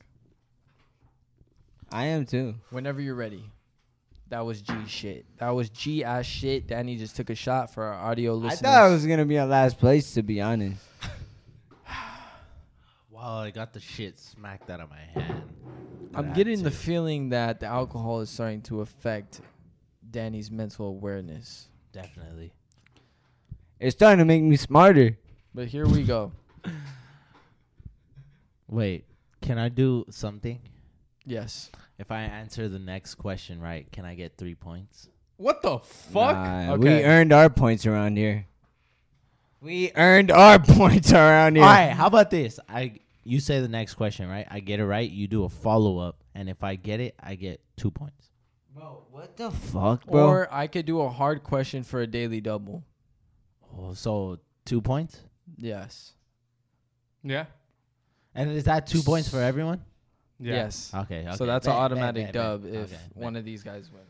C: I am too.
B: Whenever you're ready. That was G shit. That was G ass shit. Danny just took a shot for our audio
C: I
B: listeners.
C: thought it was gonna be our last place, to be honest.
F: <laughs> Wow, I got the shit smacked out of my hand. I
B: I'm
F: had
B: getting the
F: to.
B: feeling that the alcohol is starting to affect Danny's mental awareness.
F: Definitely.
C: It's starting to make me smarter.
B: But here we go.
F: Wait, can I do something?
B: Yes.
F: If I answer the next question right, can I get three points?
D: What the fuck?
C: Nah, We
B: Okay.
C: earned our points around here. We earned our <laughs> points around here.
F: All right. How about this? I you say the next question right. I get it right. You do a follow up, and if I get it, I get two points.
C: What the fuck, bro?
B: Or I could do a hard question for a daily double.
F: Oh, so two points.
B: Yes.
D: Yeah.
F: And is that two points for everyone?
D: Yeah.
B: Yes.
F: Okay. okay.
B: So that's an
F: Bet, bet,
B: automatic
F: bet, bet.
B: dub if
F: Okay, bet.
B: one of these guys win.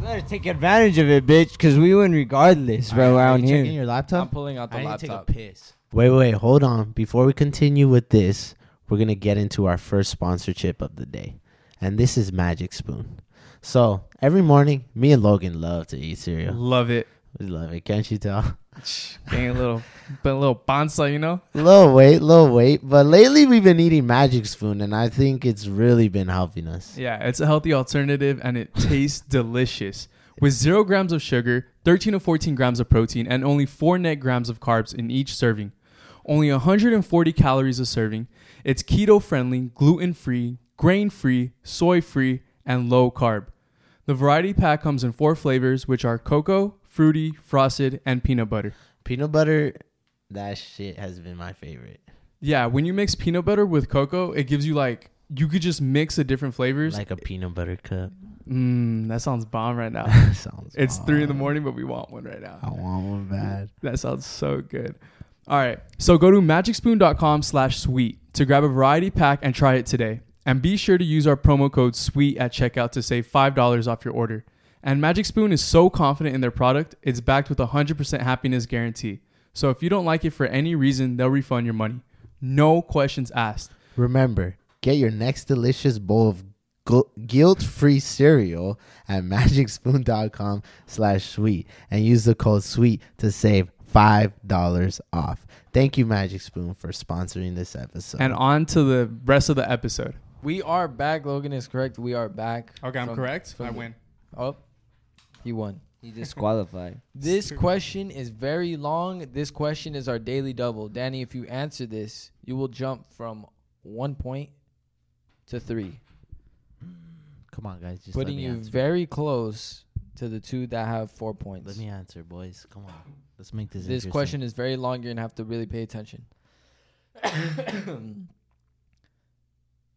C: Better take advantage of it, bitch, because we win regardless,
F: All right,
C: bro,
F: are
C: around
F: you
C: here.
F: Checking your
B: I'm
F: laptop.
B: pulling out the laptop.
F: piss. Wait, wait, wait, hold on. Before we continue with this, we're gonna get into our first sponsorship of the day, and this is Magic Spoon. So every morning, me and Logan love to eat cereal.
D: Love it.
F: We love it. Can't you tell? <laughs>
D: Being a little, been a little bonsai, you know.
F: low weight, low weight. But lately, we've been eating Magic Spoon, and I think it's really been helping us.
D: Yeah, it's a healthy alternative and it tastes delicious. With zero grams of sugar, 13 to 14 grams of protein, and only four net grams of carbs in each serving. Only 140 calories a serving. It's keto friendly, gluten free, grain free, soy free, and low carb. The variety pack comes in four flavors, which are cocoa, fruity, frosted, and peanut butter.
F: Peanut butter, that shit has been my favorite.
D: Yeah, when you mix peanut butter with cocoa, it gives you like, you could just mix the different flavors.
F: Like a peanut butter cup.
D: Mmm, that sounds bomb right now.
F: Sounds.
D: It's three in the morning, but we want one right now.
F: I want one bad.
D: That sounds so good. All right. So go to magicspoon.com slash sweet to grab a variety pack and try it today. And be sure to use our promo code SWEET at checkout to save $5 off your order. And Magic Spoon is so confident in their product, it's backed with a 100% happiness guarantee. So if you don't like it for any reason, they'll refund your money. No questions asked.
F: Remember, get your next delicious bowl of gu- guilt-free cereal at magicspoon.com slash sweet and use the code sweet to save $5 off. Thank you, Magic Spoon, for sponsoring this episode.
D: And on to the rest of the episode.
B: We are back. Logan is correct. We are back. from- from the- Oh, he won.
C: He <laughs> disqualified.
B: This question is very long. This question is our daily double. Danny, if you answer this, you will jump from one point to three,
F: Come on, guys. Just
B: putting
F: let me
B: you
F: answer.
B: very close to the two that have four points.
F: Let me answer, boys. Come on. Let's make this
B: this
F: interesting.
B: question is very long. You're going to have to really pay attention. <coughs>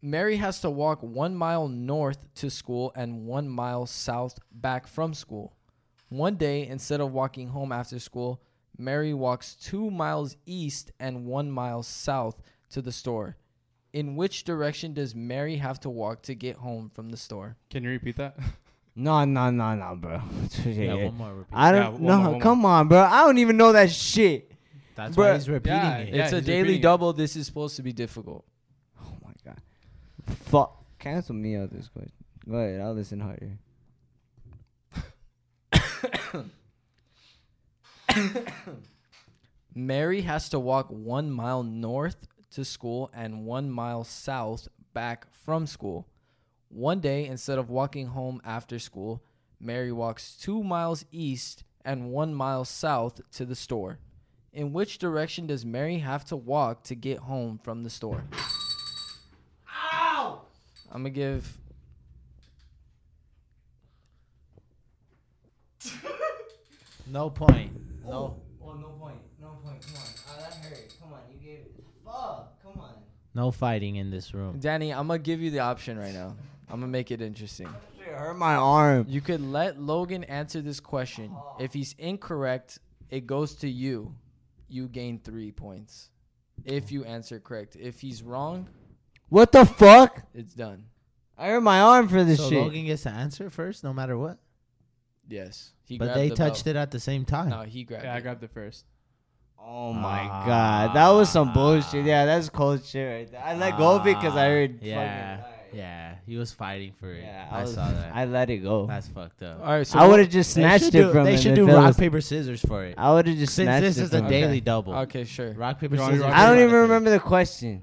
B: Mary has to walk one mile north to school and one mile south back from school. One day, instead of walking home after school, Mary walks two miles east and one mile south to the store. In which direction does Mary have to walk to get home from the store?
D: Can you repeat that?
C: No, no, no, no, bro. <laughs>
F: Yeah, one more repeat.
C: I
D: Yeah,
C: don't
D: one
C: know.
D: more, one more.
C: Come on, bro. I don't even know that shit.
F: That's
C: Bruh.
F: why he's repeating
D: Yeah,
F: it.
D: yeah.
B: it's a
D: he's
B: daily
D: repeating it.
B: double. This is supposed to be difficult.
C: Oh my god. Fuck. Cancel me out this question. Go ahead. I'll listen harder.
B: Mary has to walk one mile north to school and one mile south back from school. One day, instead of walking home after school, Mary walks two miles east and one mile south to the store. In which direction does Mary have to walk to get home from the store? Ow! I'm gonna give.
F: No point. No.
C: Oh, no point. No point. Come on. Oh, that hurt. Come on. You gave. Fuck. Come on.
F: No fighting in this room.
B: Danny, I'm gonna give you the option right now. I'm gonna make it interesting.
C: It hurt my arm.
B: You could let Logan answer this question. If he's incorrect, it goes to you. You gain three points. if you answer correct. If he's wrong,
C: What the fuck?
B: it's done.
C: I hurt my arm for this
F: So
C: shit.
F: Logan gets to answer first, no matter what.
B: Yes. He
F: But
B: grabbed
F: they
B: the
F: touched
B: belt.
F: it at the same time.
B: No, he grabbed
D: Yeah,
B: it.
D: I grabbed it first.
C: Oh my god, that was some bullshit. Yeah, that's cold shit right there. I let go of it because I heard.
F: Ah, Yeah,
C: fucking,
F: yeah. He was fighting for it.
C: yeah.
F: I,
C: I, was,
F: saw that.
C: I let it go.
F: That's fucked up.
B: All right, so
C: I
B: what-
C: would have just snatched
F: they should
C: it from
F: do, They
C: him
F: should
C: if
F: do
C: it
F: rock
C: was-
F: paper scissors for it.
C: I would have just
F: Since
C: snatched
F: this
C: it
F: is a
C: from him.
F: daily double,
B: Okay, sure.
F: rock paper
D: You're on-
F: scissors.
D: you're on-
C: I don't even remember the question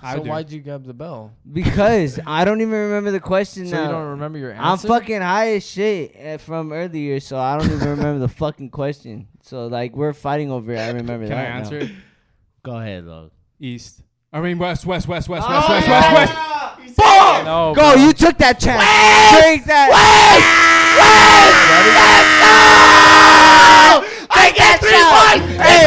D: I
B: so
D: do.
B: why'd you grab the bell?
F: <laughs>
C: because I don't even remember the question
B: So
C: now.
B: you don't remember your
C: I'm
B: answer?
C: fucking high as shit eh, from earlier, so I don't even remember the fucking question. So like we're fighting over it. I remember
D: Can
C: that.
D: I
C: now.
D: answer it?
F: Go ahead, Logan.
D: East. I mean west, west, west, west, west, west, west, west.
B: No,
C: Go! You took that chance. Take that.
A: I get three points. Hey,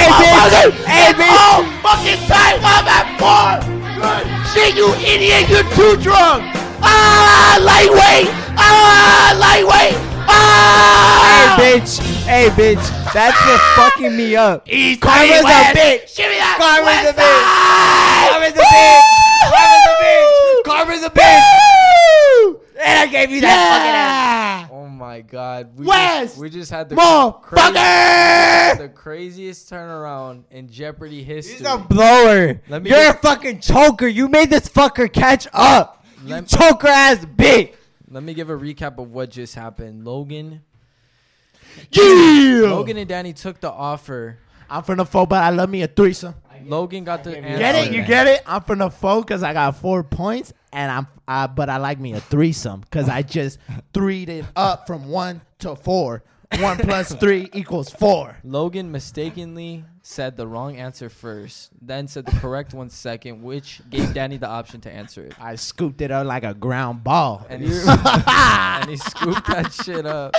A: hey, bitch. Hey, bitch. All fucking time. I'm at four. Good. Shit, you idiot. You're too drunk. Ah, lightweight. Ah, lightweight. Ah.
C: Hey, bitch. Hey, bitch. That's what fucking me up.
A: He's
C: Karma's a bitch.
A: Give me that.
C: Karma's a
A: West
C: bitch.
A: side.
C: Karma's a bitch. Karma's a bitch. Karma's a bitch. And I gave you that
B: Oh my god. We
C: West!
B: Just, we just had the,
C: fucking ass. Motherfucker.
B: the craziest turnaround in Jeopardy history.
C: He's a blower.
B: Let me
C: You're
B: just-
C: a fucking choker. You made this fucker catch up. You
B: Lem-
C: choker ass bitch.
B: Let me give a recap of what just happened. Logan
F: Yeah.
B: Logan and Danny took the offer.
F: I'm from the four, but I love me a threesome.
B: Logan got the answer.
F: Get it? You
C: Okay.
F: get it? I'm from the four because I got four points, and I'm uh, but I like me a threesome because I just threed it up from one to four. One plus three equals four.
B: Logan mistakenly said the wrong answer first, then said the correct one second, which gave Danny the option to answer it.
F: I scooped it up like a ground ball.
B: And
F: <laughs>
B: he, and he scooped that shit up.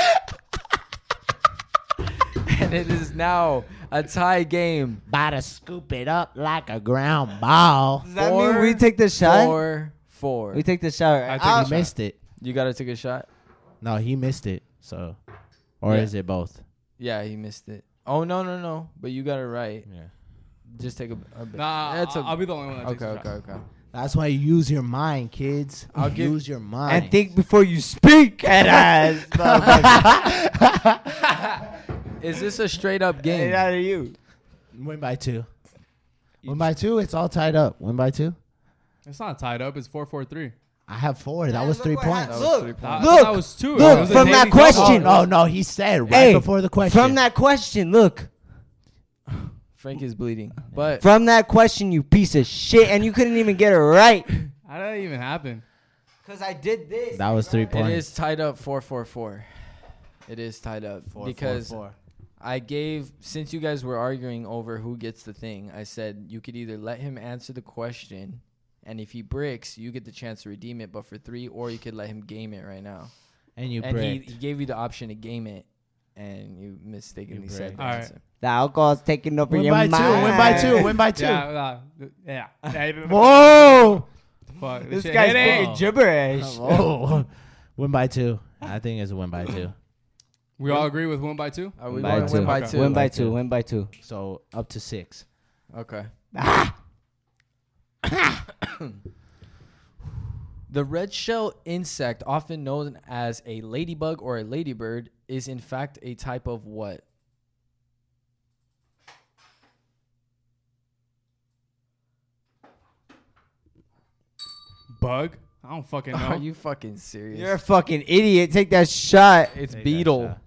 B: And it is now a tie game.
F: About to scoop it up like a ground ball.
C: Does that
B: Four,
C: mean we take the shot?
B: Four, four.
C: We take the shot. Right?
D: I
F: He missed it.
B: you gotta take a shot.
F: No, he missed it. So, or
B: Yeah.
F: is it both?
B: Yeah, he missed it. Oh no, no, no! But you got it right.
F: Yeah.
B: Just take a. a bit.
D: Nah,
B: That's a-
D: I'll be the only one that takes
B: Okay,
D: the
B: okay,
D: shot.
B: okay.
F: That's why you use your mind, kids.
B: I'll
F: You
B: give-
F: use your mind.
C: and think before you speak, head <laughs> ass.
B: Is this a straight up game?
C: out of you.
F: Win by two. Win by two. It's all tied up. Win by two.
D: It's not tied up. It's four, four, three.
F: I have four. That was three points.
B: was three
D: That,
B: points.
D: I thought that
C: Look,
D: was two.
C: look,
D: It was a
C: from that
D: daily
C: question-
F: Oh,
D: double.
F: no, no. He said right
C: Hey,
F: before the question.
C: From that question, look.
B: Frank is bleeding, but
C: From that question, you piece of shit, and you couldn't even get it right.
D: How did that even happen?
C: Cause I did this.
F: That was three
B: it
F: points.
B: is tied up four four four. It is tied up because I gave since you guys were arguing over who gets the thing. I said you could either let him answer the question, and if he bricks, you get the chance to redeem it, but for three, or you could let him game it right now.
F: and you
B: and he,
F: bricked.
B: he gave you the option to game it, and you mistakenly
F: You
B: said
F: bricked.
B: the
D: All right.
B: answer.
C: The alcohol's taking over
F: Win
C: your
F: by
C: mind.
F: two. Win
C: <laughs>
F: by two. Win by two.
D: Yeah, yeah, yeah.
C: Whoa!
D: Fuck, this
C: This
D: shit
C: guy's
D: hit it.
C: fucking gibberish.
F: Oh, <laughs> win by two. I think it's a win by <coughs> two.
D: We all agree with one by two.
B: Are we
C: By
B: going
C: two.
B: win by
D: Okay.
B: two?
C: Win by two. Win by two.
F: So up to six.
B: Okay. <coughs> the red shell insect, often known as a ladybug or a ladybird, is in fact a type of what?
D: Bug. I don't fucking know.
B: Are Oh, you fucking serious?
C: You're a fucking idiot. Take that shot.
B: it's beetle.
F: That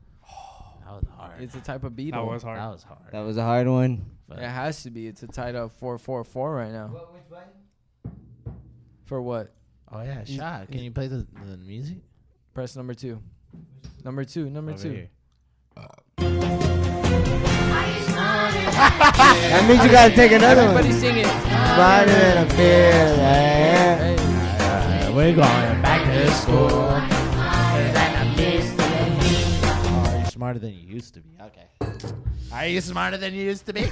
F: was hard.
B: It's a type of beetle.
D: that was hard.
F: that was hard.
C: That was a hard one.
B: It has to be. It's a tied up four four four right now. For what?
F: oh yeah, shot. Can you play the, the music?
B: Press number two. Number two. Number
F: Over
B: two.
F: here.
C: That means you gotta take another
B: Everybody
C: one.
B: sing it.
C: Body in a field, yeah.
B: Hey.
F: Alright, we're going back to school. Oh, you're smarter than you used to be. Okay. Are you smarter than you used to <laughs> be?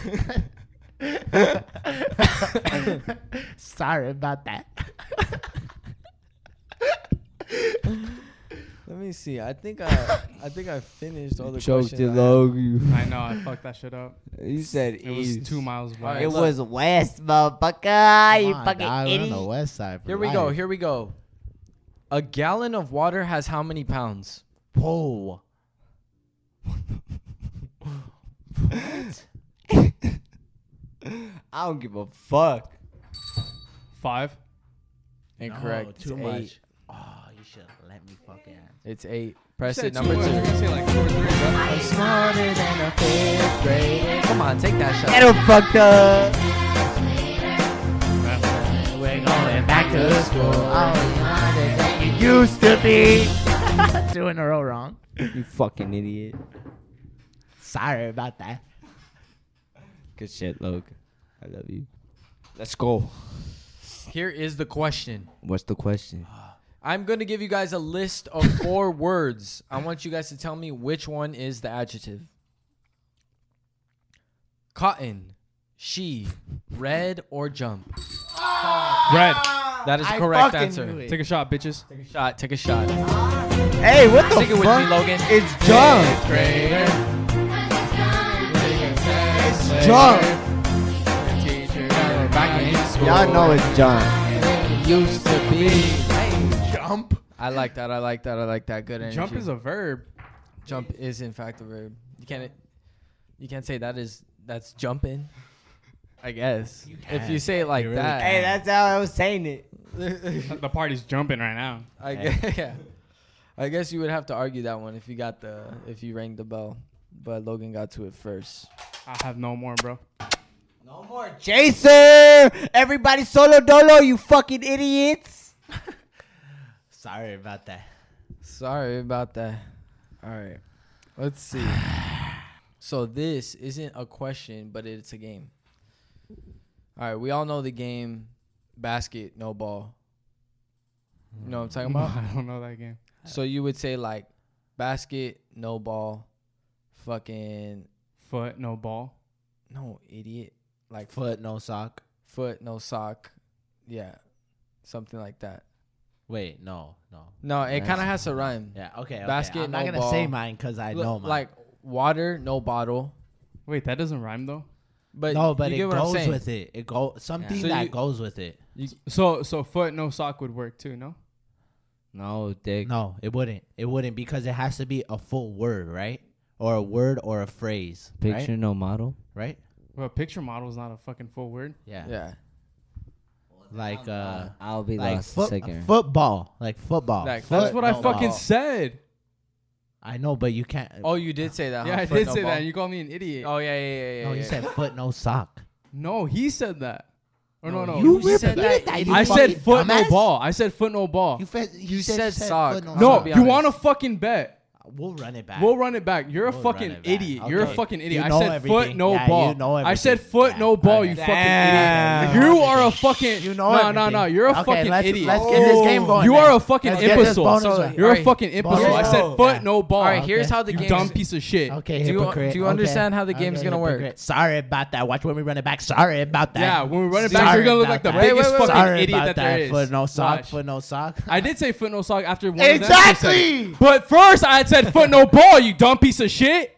F: Sorry about that.
B: Let me me see. I think <laughs> I, I think I finished all the
C: Choked it
B: questions.
C: low. You,
D: I know. I fucked that shit up.
C: you said
D: It was
C: east.
D: two miles
B: Alright,
D: wide.
C: It
B: look.
C: was west, motherfucker. You
F: Come on,
C: fucking
F: dog, we're on the
C: idiot.
F: west side. for
B: Here we go.
F: life.
B: Here we go. A gallon of water has how many pounds? <laughs>
F: Whoa.
C: I don't give a fuck.
D: Five.
B: Incorrect.
F: No,
B: It's
F: too
B: eight.
F: much. Oh, you should have let me fucking.
B: It's eight. Press
D: Said
B: it.
D: two
B: Number
D: words, you're
B: two.
D: gonna say like two or three, bro.
B: I'm smarter than a fifth grader. Come on, take that shot.
C: Get him fucked up.
F: We're going back to school.
C: You used to
B: <laughs>
C: be.
F: Two in a row wrong.
C: You fucking idiot.
F: Sorry about that.
C: Good shit, Loke. I love you. Let's go.
B: Here is the question.
C: What's the question?
B: I'm going to give you guys a list of four words. I want you guys to tell me which one is the adjective. Cotton, she, red, or jump.
D: Red.
B: That is the correct answer.
D: Take a shot, bitches.
B: Take a shot. Take a shot.
C: Hey, what the
B: Sing it with me,
C: fuck?
B: Logan.
C: It's jump. It's jump.
B: Back in school.
C: Y'all know it's jump.
B: used to be.
F: Jump.
B: I like that. I like that. I like that. Good energy.
D: Jump is a verb.
B: jump is in fact a verb. You can't you can't say that is that's jumping. I guess if you say it like
F: really
B: that.
C: Hey, that's how I was saying it.
B: <laughs>
D: The party's jumping right now.
B: I guess, <laughs> yeah. I guess you would have to argue that one if you got the if you rang the bell, but Logan got to it first.
D: I have no more, bro.
C: No more chaser. Everybody solo dolo. You fucking idiots.
F: Sorry about that.
B: Sorry about that. All right, let's see. <sighs> So this isn't a question, but it's a game. All right, we all know the game, basket no ball. You know what I'm talking about? <laughs>
D: <laughs> I don't know that game.
B: So you would say like basket, no ball, fucking
D: Foot, no ball.
B: no idiot, like foot,
F: Foot, no sock.
B: no sock, yeah, something like that.
F: Wait, no, no.
B: No, it
F: Nice.
B: kind of has to rhyme.
F: Yeah, okay. okay.
B: Basket,
F: I'm not
B: no
F: gonna
B: ball.
F: say mine because I
B: Look,
F: know mine.
B: like water, no bottle,
D: Wait, that doesn't rhyme though.
B: but
F: no, but
B: you
F: it
B: get what I'm
F: goes
B: saying.
F: with it. It go something
B: So
F: that
B: you-
F: goes with it.
D: So so foot, no sock would work too. No.
C: No, dick.
F: No, it wouldn't. It wouldn't because it has to be a full word, right? Or a word or a phrase.
C: Picture no model.
F: Right? right?
D: Well, picture model is not a fucking full word.
F: Yeah.
B: Yeah,
F: Like uh
C: I'll be
F: like
C: lost
F: foot,
C: second.
F: football. Like football.
B: Like,
F: Foot,
D: That's what I
F: no
D: fucking
F: ball.
D: said.
F: I know, but you can't
B: Oh, you did say that.
D: Yeah,
F: Uh-huh,
B: huh?
D: I
B: Foot,
D: did
B: no
D: say
B: ball.
D: that. and You called me an idiot.
B: oh yeah, yeah, yeah. yeah
F: No,
B: yeah.
F: you said foot, no sock.
D: No, he said that. Or no, no.
F: <laughs> you
D: he
F: said that. you
D: I
F: fucking
D: said foot, no
F: dumbass.
D: ball. I said foot, no ball.
F: You, fe- you,
B: You
F: said,
B: said
F: you said
B: sock.
F: foot, no,
B: I'm
D: no,
B: gonna be
D: you
B: honest.
D: want to fucking bet?
F: We'll run it back.
D: We'll run it back. You're a
F: We'll run
D: fucking
F: it back.
D: idiot. You're a
F: Okay.
D: fucking idiot.
F: You know
D: I said foot,
F: everything.
D: no
F: Yeah, you
D: ball.
F: know
D: I said
F: everything.
D: foot,
F: Yeah,
D: no ball.
F: okay.
D: You fucking
C: Damn.
D: idiot. You
F: You know
D: are a
F: everything.
D: fucking.
F: You know
D: no, no, no.
F: everything.
D: You're a
F: Okay,
D: fucking
F: let's-
D: idiot. Oh,
F: let's get this game going
D: You
F: then.
D: are a fucking
F: Let's get this
D: imbecile.
F: bonus
B: So-
F: round.
D: You're a
B: Alright.
D: fucking
F: Bonus
D: imbecile. I said
F: round.
D: foot,
F: Yeah.
D: no ball.
B: All right, here's
F: Okay.
B: how the
D: you
B: game.
D: dumb piece of shit.
F: Okay,
B: Do you-
F: hypocrite.
B: do you
F: Okay.
B: understand how the game's
F: Okay,
B: gonna work?
F: hypocrite. Sorry about that. Watch when we run it back. Sorry about that.
D: Yeah, when we run it
F: Sorry
D: back, you're gonna look
F: about
D: like the
F: that.
D: biggest
B: Wait, wait, wait.
D: fucking
F: Sorry
D: idiot that
F: about
D: there is.
F: Foot, no sock.
D: Watch.
F: Foot, no sock. <laughs>
D: I did say foot, no sock after one. of them, she said it.
F: Exactly.
D: But first, I had said foot, no ball. You dumb piece of shit.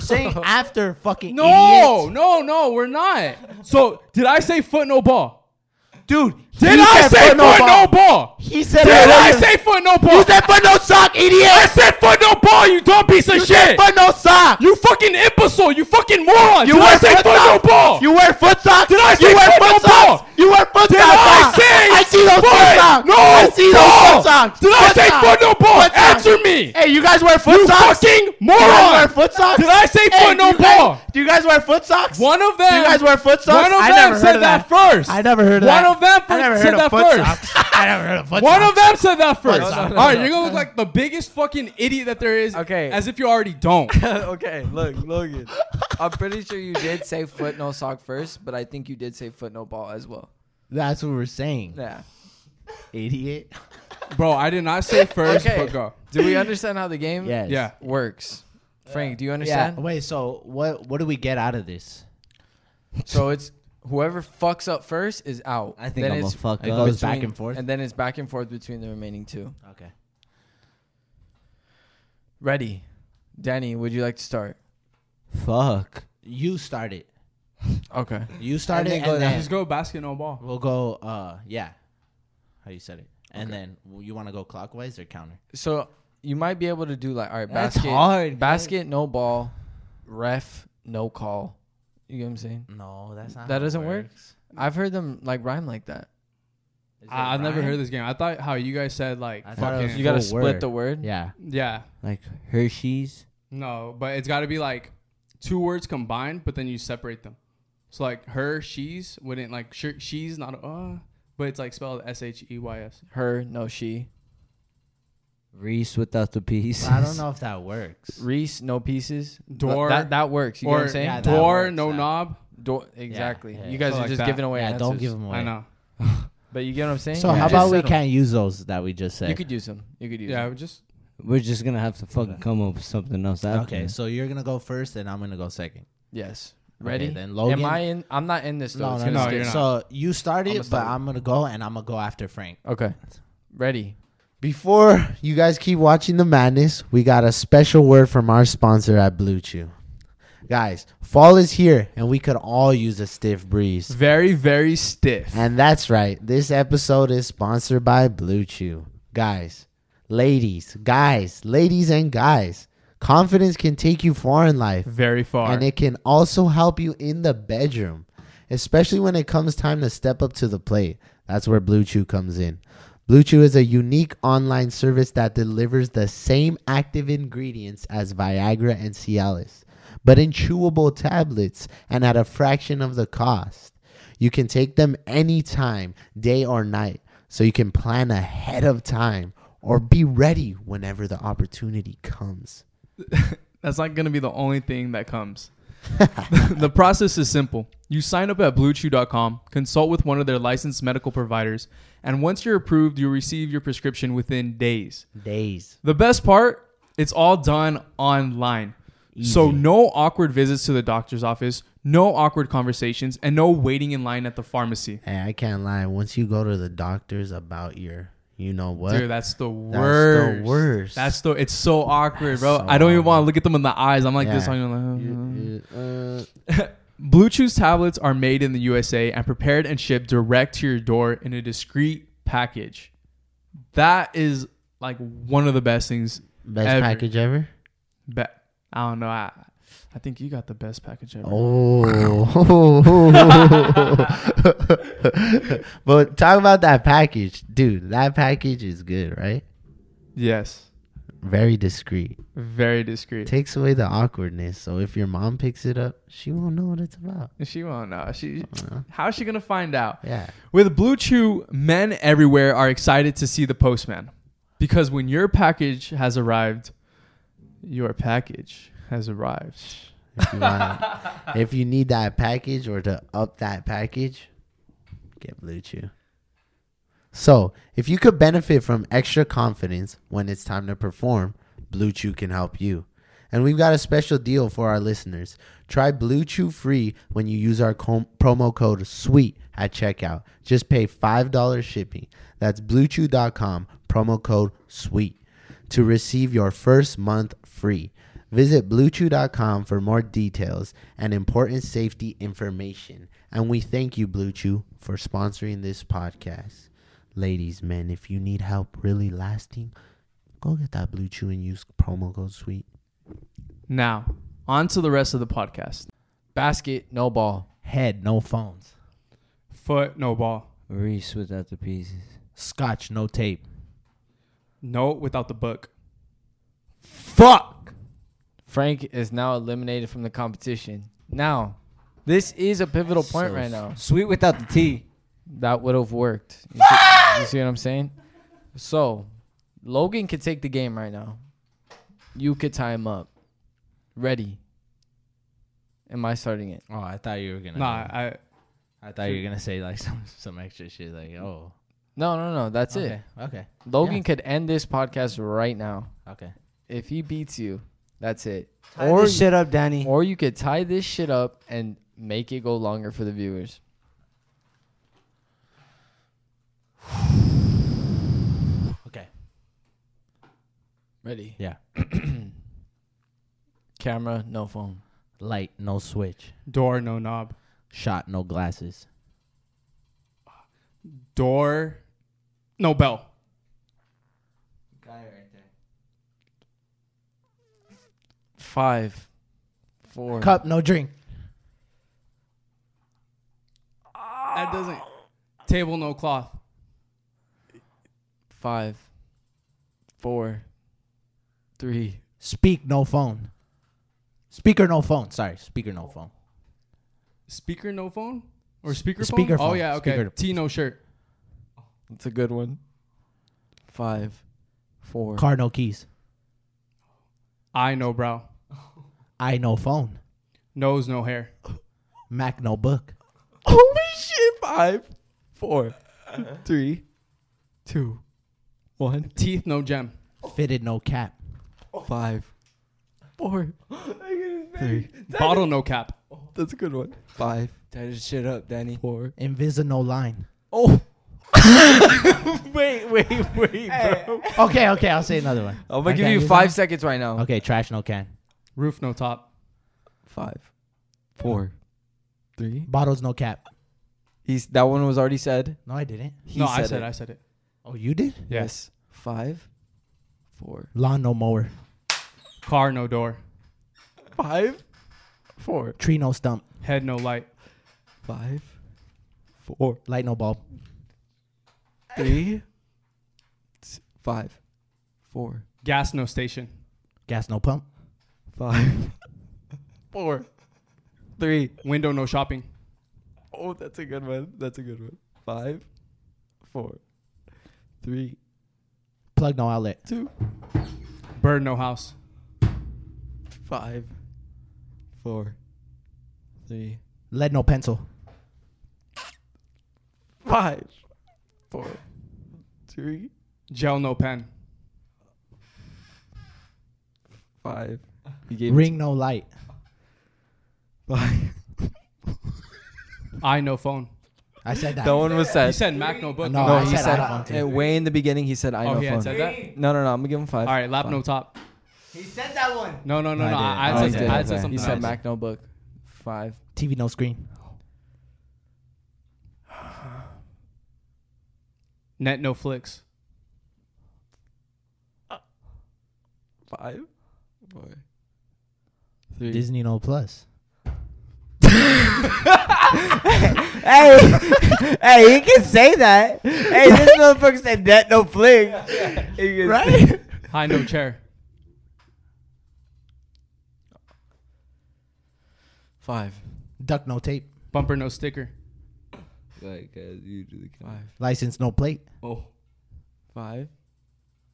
D: <laughs>
F: saying after fucking
D: No,
F: idiots.
D: no, no, we're not. So, did I say foot no ball?
F: dude.
D: Did
F: he
D: I
F: said
D: say foot no ball?
F: He said.
D: Did
F: it
D: I
F: earlier.
D: say foot no ball?
F: You said foot, no sock, idiot.
D: I said foot no ball, you dumb piece of
F: You said
D: shit.
F: foot, no sock.
D: you fucking imbecile, you fucking moron.
F: You
D: did I
F: wear
D: say
F: foot
D: foot no
F: socks?
D: ball?
F: You wear foot socks.
D: Did I say
F: you wear
D: foot no
F: socks?
D: ball?
F: You wear foot
D: did
F: socks.
D: I say
F: I see those foot
D: foot?
F: socks.
D: No
F: I see those
D: ball.
F: foot socks.
D: Did I
F: Foot
D: say
F: socks.
D: foot no ball?
F: Foot socks.
D: Answer me.
F: Hey, you guys wear foot
D: you
F: socks?
D: fucking
F: Do you guys wear
D: moron.
F: foot socks?
D: Did I say
F: Hey,
D: foot
F: do
D: no
F: you guys-
D: ball?
F: Do you guys wear foot socks?
D: One of them.
F: Do you guys wear foot socks?
D: One of
F: I
D: them
F: never
D: said
F: heard of that.
D: first.
F: I never heard of
D: One
F: that.
D: of them first
F: I never
D: said
F: heard
D: that
F: of foot
D: first.
F: socks. <laughs> I never heard of foot
D: One
F: socks.
D: of them said that first.
F: socks.
D: All right, you're gonna look like
F: <laughs>
D: the biggest fucking idiot that there is.
B: Okay.
D: As if you already don't.
B: <laughs> okay, look, <laughs> Logan. I'm pretty sure you did say foot, no sock first, but I think you did say foot, no ball as well.
F: That's what we're saying.
B: Yeah.
F: Idiot.
D: Bro, I did not
F: <laughs>
D: say first,
B: Okay.
D: but go.
B: Do we understand how the game
F: Yes.
D: Yeah.
B: works? Frank, do you
F: Yeah.
B: understand?
F: Wait. So what? What do we get out of this?
B: So it's whoever fucks up first is out.
C: I think
B: Then
C: I'm a
B: it's
C: fuck
F: It
C: up.
F: goes back
B: between-
F: and forth.
B: and then it's back and forth between the remaining two.
F: Okay.
B: Ready. Danny, would you like to start?
C: Fuck.
F: You start it.
D: Okay.
F: You start
C: And
F: it,
C: then go
F: and
C: down.
F: then
D: Just go basketball ball.
F: we'll go. Uh, yeah, how you said it, and then w- you want to go clockwise or counter?
B: So you might be able to do like all right,
C: That's
B: basket
C: hard,
B: basket, no ball, ref, no call. You get what I'm saying?
F: No, that's not.
B: That doesn't work? I've heard them like rhyme like that.
D: I, I've never heard this game. I thought how you guys said like
F: I thought it
D: fucking
F: was
B: You gotta
F: Full
B: split
F: word.
B: the word.
F: Yeah,
D: yeah.
C: Like Hershey's.
D: No, but it's got to be like two words combined, but then you separate them. So like her, she's wouldn't like sh- she's not a, uh, but it's like spelled S H E Y S.
B: Her, no she.
C: Reese without the piece.
F: I don't know if
B: <laughs>
F: that works.
B: Reese, no pieces.
D: Door.
B: that that works. You get what I'm saying?
F: yeah, that
D: door,
F: works,
D: no
F: that-
D: knob.
B: Door, exactly.
F: yeah.
B: You guys
D: So
B: are
D: like
B: just
D: that.
B: giving away.
F: yeah, don't
B: answers.
F: give them away.
D: I know.
B: But you get what I'm saying.
F: So
B: You
F: how
B: just
F: about we
B: said 'em.
F: can't use those that we just said?
B: You could use them. You could use.
D: Yeah, I
B: 'em.
D: would just
C: <laughs> We're just gonna have to fucking come up with something else. After.
F: okay, so you're gonna go first, and I'm gonna go second.
B: Yes.
F: Okay,
B: Ready?
F: then Logan-
B: Am I in? I'm not in this though.
F: No,
B: It's
F: no,
B: gonna
F: no.
D: skip.
B: stay-
D: you're not.
F: So you start
B: I'ma
F: it, but
B: start it.
F: I'm gonna go, and I'm gonna go after Frank.
B: Okay. Ready.
F: Before you guys keep watching the madness, we got a special word from our sponsor at Blue Chew. Guys, fall is here and we could all use a stiff breeze.
D: very very stiff.
F: And that's right, this episode is sponsored by Blue Chew. Guys, ladies, guys, ladies and guys, confidence can take you far in life.
D: Very far.
F: And it can also help you in the bedroom, especially when it comes time to step up to the plate. That's where Blue Chew comes in. Blue Chew is a unique online service that delivers the same active ingredients as Viagra and Cialis, but in chewable tablets and at a fraction of the cost. You can take them anytime, day or night, so you can plan ahead of time or be ready whenever the opportunity comes.
D: That's not going to be the only thing that
F: <laughs>
D: comes. the process is simple. You sign up at bluechew.com, consult with one of their licensed medical providers, and once you're approved, you receive your prescription within days.
F: Days.
D: The best part, it's all done online. So no awkward visits to the doctor's office, no awkward conversations, and no waiting in line at the pharmacy.
F: Hey, I can't lie. Once you go to the doctors about your, you know what?
D: Dude, that's the
F: the
D: worst.
F: worst.
D: That's the it's so awkward, bro.
F: so
D: I don't even
F: awkward.
D: want to look at them in the eyes. I'm like
F: Yeah.
D: this on like,
F: Uh,
D: <laughs> Blue Chew's tablets are made in the USA and prepared and shipped direct to your door in a discreet package. That is like one of the best things.
F: best
D: Ever.
F: package ever.
D: Be- I don't know. I, I think you got the best package ever.
F: Oh, <laughs> but talk about that package, dude. That package is good, right?
D: Yes.
F: Very discreet.
D: Very discreet.
F: Takes away the awkwardness. So if your mom picks it up, she won't know what it's about.
D: She won't know. She, how's she going to find out?
F: Yeah.
D: With Blue Chew, men everywhere are excited to see the postman because when your package has arrived, your package has arrived.
F: If you, want, <laughs> if you need that package or to up that package, get Blue Chew. So, if you could benefit from extra confidence when it's time to perform, Blue Chew can help you. And we've got a special deal for our listeners. Try Blue Chew free when you use our com- promo code SWEET at checkout. Just pay $5 shipping. That's bluechew.com, promo code SWEET to receive your first month free. Visit bluechew.com for more details and important safety information. And we thank you, Blue Chew, for sponsoring this podcast. Ladies, men, if you need help really lasting, go get that Blue Chew and use promo code SWEET.
D: Now, on to the rest of the podcast.
B: Basket, no ball.
F: Head, no phones.
D: Foot, no ball.
C: Reese without the pieces.
F: Scotch, no tape.
D: No, without the book.
F: Fuck!
B: Frank is now eliminated from the competition. Now, this is a pivotal point right now.
C: Sweet without the tea.
B: That would have worked. You see, you see what I'm saying? So, Logan could take the game right now. You could tie him up. Ready? Am I starting it?
F: Oh, I thought you were gonna.
D: Nah, I
F: I thought you were gonna say like <laughs> some some extra shit like oh.
B: No, no, no. That's it.
F: Okay.
B: Logan could end this podcast right now.
F: Okay.
B: If he beats you, that's it.
C: or shit up,
B: <laughs>
C: Danny.
B: Or you could tie this shit up and make it go longer for the viewers.
F: Okay.
B: Ready?
F: Yeah.
B: <clears throat> Camera, no phone.
F: Light, no switch.
D: Door, no knob.
F: Shot, no glasses.
D: Door, no bell.
B: Five, four.
F: Cup, no drink.
D: That doesn't. Table, no cloth.
B: Five, four, three.
F: Speak, no phone. Speaker, no phone. Sorry, speaker, no phone.
D: Speaker, no phone. Or speaker.
F: speakerphone.
D: Oh yeah. Okay.
F: Speaker-
D: T, no shirt.
B: That's a good one. Five, four.
F: Car, no keys.
D: I, no brow.
F: I, no phone.
D: Nose, no hair.
F: Mac, no book.
B: Holy shit! Five, <laughs> four, three, two, one,
D: Teeth,
C: <laughs>
D: no gem.
F: Fitted, no cap.
B: Oh. five, four. Three.
D: Bottle, no cap.
B: That's a good one. Five. That is shit up, Danny. Four.
F: Invisa,
B: <laughs>
F: no line.
B: Oh. wait, wait, wait, bro.
F: Okay, okay, I'll say another one.
B: I'm
F: I
B: gonna give
F: can't
B: you
F: use
B: five
F: that
B: seconds right now.
F: one? Okay, trash, no can.
D: Roof, no top.
B: Five, four, three.
F: Bottles, no cap.
B: He's that one was already said.
F: No, I didn't.
B: He
D: no, I said.
B: it.
D: I said it.
F: Oh, you did?
B: Yes. Five, four,
F: Lawn, no mower.
D: Car, no door.
B: five, four,
F: Tree, no stump.
D: Head, no light.
B: five, four,
F: Light, no bulb.
B: three, s- five, four,
D: Gas, no station.
F: Gas, no pump.
B: five, four, three.
D: Window, no shopping.
B: Oh, that's a good one. That's a good one. Five, four, three,
F: Plug, no outlet.
B: two,
D: Bird, no house.
B: five, four, three,
F: Lead, no pencil.
B: five, four, three,
D: Gel, no pen.
B: five. You gave
F: Ring, no light.
B: Five.
D: I, no phone.
F: I said
B: <laughs>
F: that.
B: That one was
D: You
B: said.
D: said Mac, no book.
F: No,
B: No,
F: I
B: he
F: said
B: said
F: iPhone too.
B: uh, way in the beginning. He said I
D: Oh,
B: know
D: he had
B: phone.
D: said that.
B: No, no, no. I'm gonna give him five.
D: All right, lap,
B: Fine.
D: no top.
C: He said that one.
D: No, no, no, no.
F: No, I
D: I,
F: didn't.
D: said,
F: No, he
D: something-
F: didn't.
D: I said
F: Okay.
D: something.
B: He
F: else.
B: said
D: else.
B: Mac notebook. Five.
F: TV, no screen.
D: Net, no flicks.
B: Five. Four.
F: Disney, no plus.
C: Hey, hey, he can say that. Hey, this
F: <laughs>
C: motherfucker said that no fling. Right?
D: High, no chair.
B: Five.
F: Duck, no tape.
D: Bumper, no sticker.
B: Like
D: uh,
B: you do the five.
F: License, no plate.
B: Oh. Five.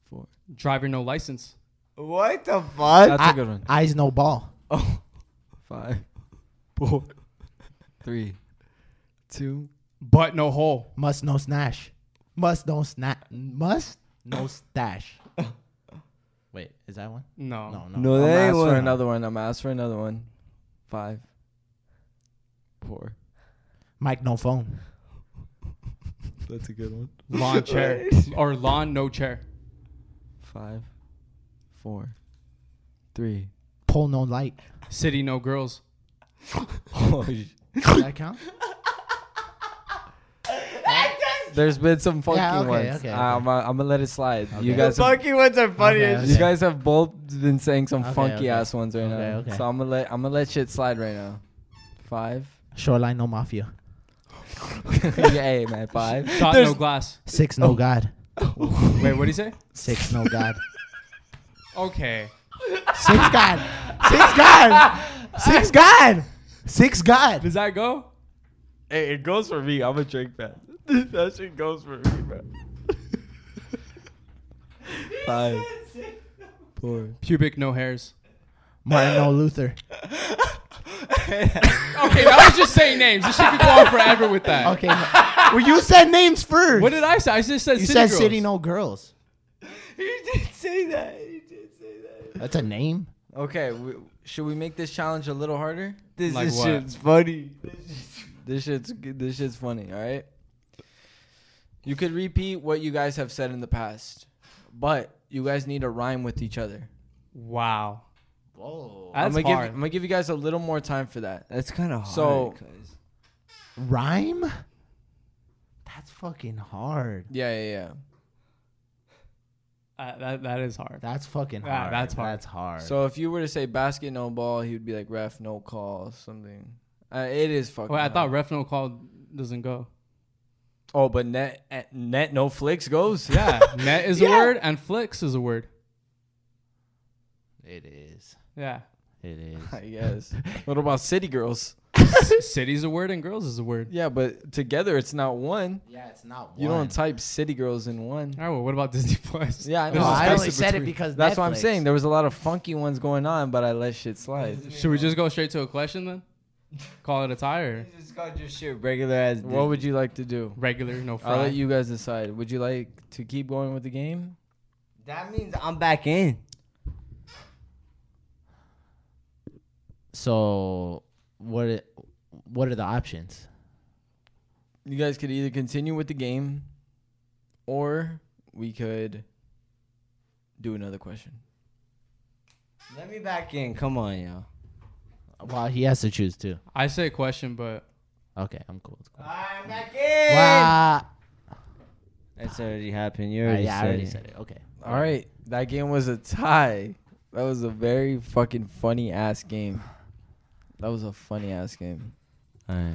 B: Four.
D: Driver, no license.
C: What the fuck?
B: That's a good one.
F: Eyes, no ball.
B: Oh. Five. Four. Three. Two.
D: Butt, no hole.
F: Must, no snash. Must, no snap. Must, no stash. Wait, is that one?
D: No.
F: No, no.
B: No,
F: I'm
B: I'm
F: asking
B: ask for another one. I'm asked for another one. Five. Four.
F: Mike, no phone.
B: That's a good one.
F: <laughs>
D: Lawn chair. or lawn, no chair.
B: Five. Four. Three.
F: Pole, no light.
D: City, no <laughs> girls.
B: Oh,
F: Does that count?
B: There's been some funky
F: Yeah, okay,
B: ones.
F: okay, okay.
B: I'm, uh, I'm gonna let it slide. You
F: Okay.
B: guys, have,
C: Funky ones are funny
F: Okay,
C: as
F: okay.
C: shit.
B: you guys have both been saying some
F: Okay,
B: funky
F: okay.
B: ass ones right now.
F: Okay, okay.
B: So I'm gonna let I'm gonna let shit slide right now.
F: <laughs>
B: Five. <laughs>
F: Shoreline, no mafia.
B: Yay, man. Five.
D: Shot, no
B: There's-
D: <laughs> glass.
F: Six, no God.
D: Wait, what did he say?
F: Six, no God.
D: Okay.
F: Six God. Six God. Six God. Six God.
D: Does that go?
B: Hey, it goes for me. I'm a drink fan. <laughs> that shit goes for me, <laughs> man. Five. Four.
D: Pubic, no hairs.
F: Martin, no Luther.
D: <laughs> Okay, I was just saying names. This shit could go on forever with that.
F: Okay. no- well, you said names first.
D: What did I say? I just said
F: you
D: city
F: said
D: girls.
F: city, no girls.
C: say that. He did say that.
F: That's a name.
B: Okay, we, should we make this challenge a little harder?
C: This
D: Like
C: is
D: what?
C: shit's funny.
B: This shit's this shit's funny. All right. You could repeat what you guys have said in the past, but you guys need to rhyme with each other.
D: Wow.
F: Whoa.
D: That's
B: I'm gonna
D: hard.
B: give I'm gonna give you guys a little more time for that.
C: That's kind of hard.
B: So-
C: cause
F: Rhyme? That's fucking hard.
B: Yeah, yeah, yeah.
D: Uh, that, that is hard.
F: That's fucking
D: Yeah,
F: hard.
D: that's hard.
F: That's hard.
B: So if you were to say basket no ball, he would be like ref no call something. Uh, it is fucking.
D: Wait, I
B: hard.
D: thought ref no call doesn't go.
B: Oh, but net eh, net no flicks goes. <laughs>
D: <laughs> Yeah, net is a word and flicks is a word.
F: it is.
D: Yeah,
F: It is.
B: I guess. What about city girls?
D: <laughs> city's a word and girls is a word.
B: Yeah, but together it's not one.
F: yeah, it's not
B: You don't type city girls in one.
D: All right, well, what about Disney <laughs> Plus?
B: Yeah, I
D: There's
B: know.
F: no,
D: a
F: I
D: space
F: only
D: in
F: said it
D: between.
F: because
B: That's what I'm
F: Netflix.
B: saying. There was a lot of funky ones going on, but I let shit slide.
D: Should we just go straight to a question then? Call it a tie or
C: just called your shit regular as.
B: What would you like to do?
D: regular, no
B: I'll
D: fry?
B: let you guys decide. Would you like to keep going with the game?
C: That means I'm back in.
F: So what? Are, what are the options?
B: You guys could either continue with the game or we could do another question.
C: Let me back in. Come on, y'all.
F: Well, he has to choose too.
D: I say question, but
F: Okay, I'm cool. It's cool.
C: I'm back in.
F: Wow.
C: That's already happened. You
F: Uh,
C: already,
F: yeah,
C: said,
F: I already
C: it.
F: said it. Okay.
B: All right. That game was a tie. That was a very fucking funny ass game. That was a funny ass game.
C: All right.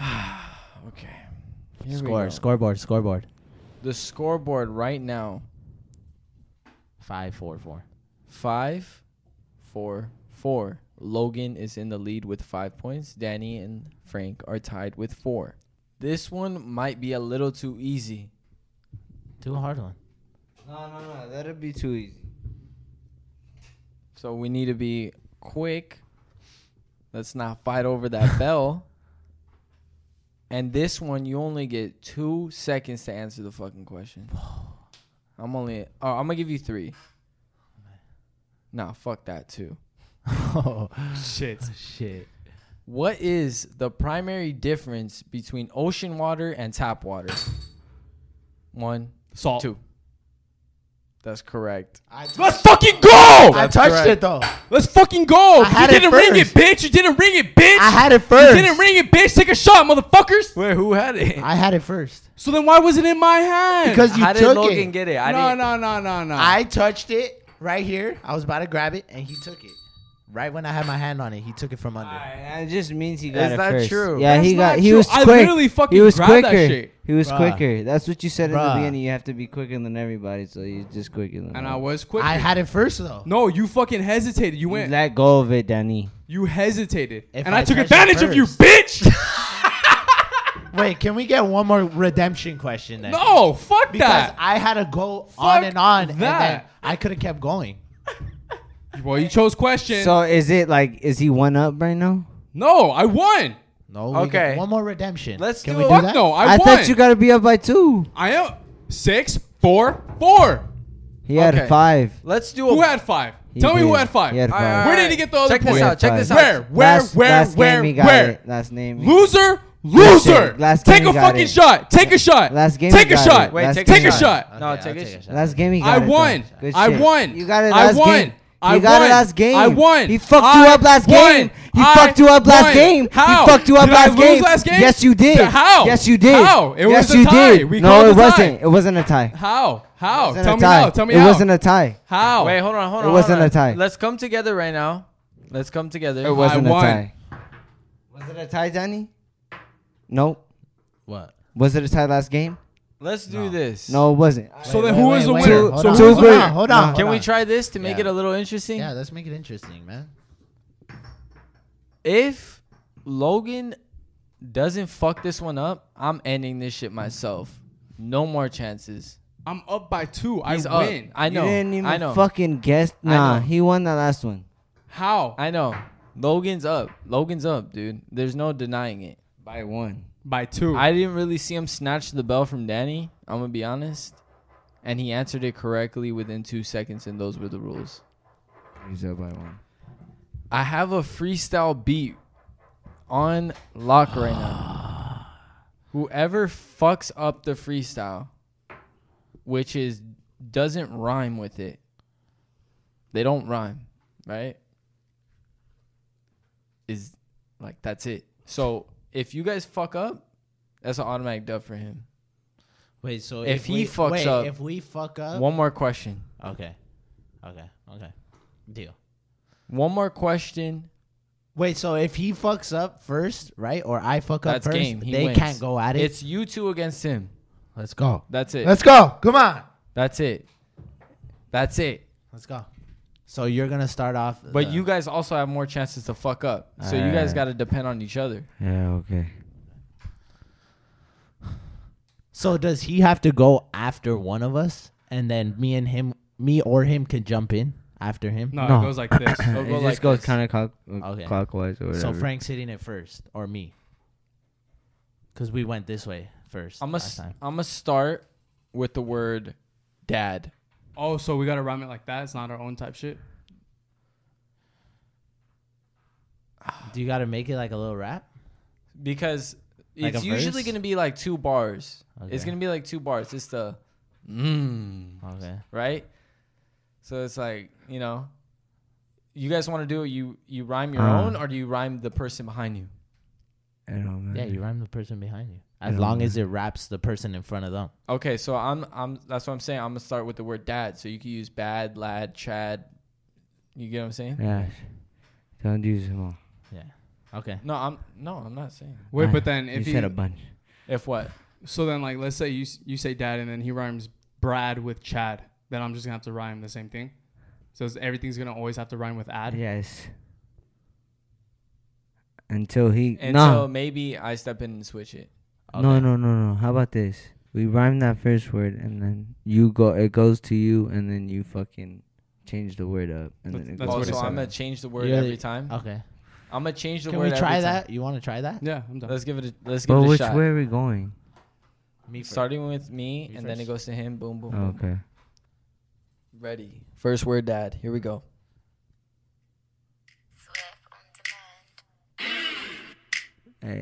B: Okay. Here we go.
F: Score. Scoreboard. Scoreboard.
B: The scoreboard right now
F: Five four four.
B: five, four, four. Logan is in the lead with five points. Danny and Frank are tied with four. This one might be a little too easy.
F: Too hard one.
C: No, no, no. That'll be too easy.
B: So we need to be quick. Let's not fight over
F: <laughs>
B: that bell. And this one, you only get two seconds to answer the fucking
F: <sighs>
B: question. I'm only. Oh, I'm gonna give you three. Nah, fuck that
F: <laughs>
B: too.
F: oh
D: shit.
F: shit.
B: What is the primary difference between ocean water and tap water? One,
D: Salt.
B: two. That's correct.
D: Let's fucking go!
F: I
B: That's
F: touched
B: correct.
F: it though.
D: Let's fucking go!
F: I had
D: you
F: it
D: didn't ring it,
F: first.
D: bitch! You didn't ring it, bitch!
F: I had it
D: you
F: first.
D: didn't ring it, bitch! Take a shot, motherfuckers!
B: Wait, who had it?
F: I had it first
D: So then why was it in my hand?
F: because you
B: How did
F: took
B: Logan
F: it.
B: get it? I
D: no,
B: didn't.
D: no, no, no, no.
F: I touched it right here. I was about to grab it, and he took it. Right when I had my hand on it, he took it from under.
C: That just means he got
B: Is
C: it
B: that
C: first.
B: true?
C: Yeah, he got.
D: That's not
C: He
D: true.
C: was
D: I
C: quick.
D: literally fucking
C: he was
D: grabbed that
C: quicker.
D: shit.
C: He was
F: Bruh.
C: quicker. That's what you said in
F: Bruh.
C: the beginning. You have to be quicker than everybody, so he's just quicker than.
D: and I
C: all.
D: was quick.
F: I had it first though.
D: no, you fucking hesitated. You
C: You
D: went.
C: Let go of it, Danny.
D: You hesitated,
F: If
D: and
F: I
D: I, took
F: touched it
D: advantage of you,
F: first.
D: bitch.
F: <laughs> Wait, can we get one more redemption question then?
D: no, fuck
F: because
D: that.
F: I had to go
D: Fuck
F: on and on, and then
D: that.
F: I could have kept going.
D: Well, you chose question.
C: So is it like is he one up right now?
D: no, I won.
F: No, we
B: Okay.
F: get one more redemption.
B: Let's
F: can
B: do
F: we
B: it.
F: do
D: Fuck
F: that?
D: no, I,
C: I
D: won.
C: thought you got to be up by two.
D: I am six, four, four.
C: He had
B: Okay.
C: five.
B: Let's do a
D: Who had five?
C: He
D: Tell me who
C: did.
D: had five.
C: He had
B: All right,
C: five.
D: Where
B: all
D: did
B: right.
D: he get the other
B: Check this
D: point?
B: out. Check
C: Five.
B: this out.
D: Where? Where?
C: last,
D: Where?
C: last
D: Where?
C: game he got
D: Where?
C: It. Last name.
D: Loser.
C: Last game-
D: Loser.
C: last game
D: take a
C: he got
D: fucking
C: it.
D: shot. Take a shot.
C: Last game
D: Take
C: he
D: a
C: got
D: shot.
C: it. Wait, Last
D: take,
C: game
D: a
C: he
D: shot.
C: got
F: Okay,
B: No,
F: I'll
B: take a shot.
C: Last game he got
D: I
C: it, though.
D: won.
C: Good
D: I
C: shit.
D: won.
C: You got it
D: I
C: last
D: won.
C: game.
D: I
C: you got
D: won.
C: it last game.
D: I won.
C: He fucked
D: I
C: you up last
D: won.
C: game. He
D: I
C: fucked you up last
D: won.
C: game.
D: How?
C: He fucked you up
D: Did I
C: last
D: lose
C: game.
D: last game?
C: Yes, you did.
D: How?
C: Yes, you did.
D: How? It
C: yes,
D: was a
C: you
D: tie.
C: did.
D: We
C: no,
D: called
C: it
D: a tie.
C: wasn't. It wasn't a tie.
D: How? How?
C: It wasn't
D: Tell
C: a
D: me
C: tie.
D: how. Tell me
C: It
D: how.
C: wasn't a tie.
D: how?
B: Wait, hold on, hold
C: It
B: on.
C: wasn't
B: hold on.
C: a tie.
B: Let's come together right now. Let's come together.
C: It wasn't a
D: won.
C: tie. Was it a tie, Danny? Nope.
F: What?
C: Was it a tie last game?
B: Let's do this.
C: No, it wasn't.
D: So then who is the winner? So
F: Hold on,
D: who is
F: hold
D: the
F: on,
D: winner?
F: hold on.
B: Can
F: hold
B: we
F: on.
B: try this to make
F: Yeah.
B: it a little interesting?
F: Yeah, let's make it interesting, man.
B: If Logan doesn't fuck this one up, I'm ending this shit myself. No more chances.
D: I'm up by two. I
B: He's up.
D: win.
B: I know.
C: You didn't even
B: I know.
C: fucking guess. Nah,
B: know.
C: he won the last one.
D: How?
B: I know. Logan's up. Logan's up, dude. There's no denying it.
C: By one.
D: By two.
B: I didn't really see him snatch the bell from Danny. I'm gonna be honest, and he answered it correctly within two seconds, and those were the rules.
C: He's up by one.
B: I have a freestyle beat on lock right now.
C: <sighs>
B: Whoever fucks up the freestyle, which is doesn't rhyme with it. They don't rhyme, right? Is like that's it. So if you guys fuck up, that's an automatic dub for him.
F: Wait, so
B: If he fucks
F: wait,
B: up-
F: if we fuck up,
B: One more question.
F: okay, okay, okay, deal.
B: One more question.
F: Wait, so if he fucks up first, right, or I fuck up
B: That's
F: first,
B: game. He
F: they
B: wins.
F: can't go at it.
B: It's you two against him.
F: Let's go.
B: That's it.
F: Let's go. Come on.
B: That's it. That's it.
F: Let's go. So you're gonna start off,
B: But
F: the-
B: you guys also have more chances to fuck up. So you
C: Alright.
B: guys got to depend on each other.
C: Yeah, okay.
F: So does he have to go after one of us, and then me and him, me or him, can jump in after him?
D: No,
C: No.
D: it goes like
C: <coughs>
D: this. It'll
C: It
D: go
C: just
D: like
C: goes
D: this.
C: kind of clock,
F: Okay.
C: clockwise or whatever.
F: So Frank's hitting it first, or me? Because we went this way first.
B: I'm
F: last
B: gonna
F: time.
B: I'm gonna start with the word dad.
D: Oh, so we gotta rhyme it like that. It's not our own type shit.
F: Do you got to make it like a little rap?
B: because
F: Like
B: it's
F: a
B: usually
F: verse?
B: going to be like two bars. It's
F: Okay.
B: going to be like two bars. It's the mmm,
F: Okay.
B: right? So it's like, you know, you guys want to do it, you you rhyme your
F: Uh-huh.
C: Uh.
B: own or do you rhyme the person behind you?
C: I don't know.
F: Yeah, you rhyme the person behind you. As long as it wraps the person in front of them.
B: Okay, so I'm I'm that's what I'm saying. I'm going to start with the word dad. So you can use bad, lad, chad. You get what I'm saying?
C: Yeah. Don't use them all.
F: Yeah. Okay.
B: No, I'm no, I'm not saying.
D: Wait,
C: Ah,
D: but then
C: You
D: if he,
C: said a bunch.
B: If what?
D: so then like let's say you s- you say dad and then he rhymes Brad with Chad, then I'm just gonna have to rhyme the same thing. So it's- everything's gonna always have to rhyme with ad.
C: Yes. Until he
B: Until
C: no
B: maybe I step in and switch it.
C: no no no no. How about this? We rhyme that first word and then you go. It goes to you and then you fucking change the word up and
D: That's-
C: then it
D: that's
C: goes.
B: Oh,
D: what it
B: so
D: said.
B: I'm going to change the word
F: Yeah,
B: every time.
F: Okay.
B: I'm going to change the
F: Can
B: word
F: we
B: every
F: try
B: time.
F: that? You want to try that?
D: Yeah, I'm done.
B: Let's give it. A, let's give
C: But
B: it a
C: which
B: shot.
C: way are we going?
F: Me
B: Starting with me,
F: You
B: and then it
F: first.
B: goes to him. Boom, boom,
C: Oh,
B: boom.
C: okay.
B: Ready. First word, dad. Here we go.
C: Hey.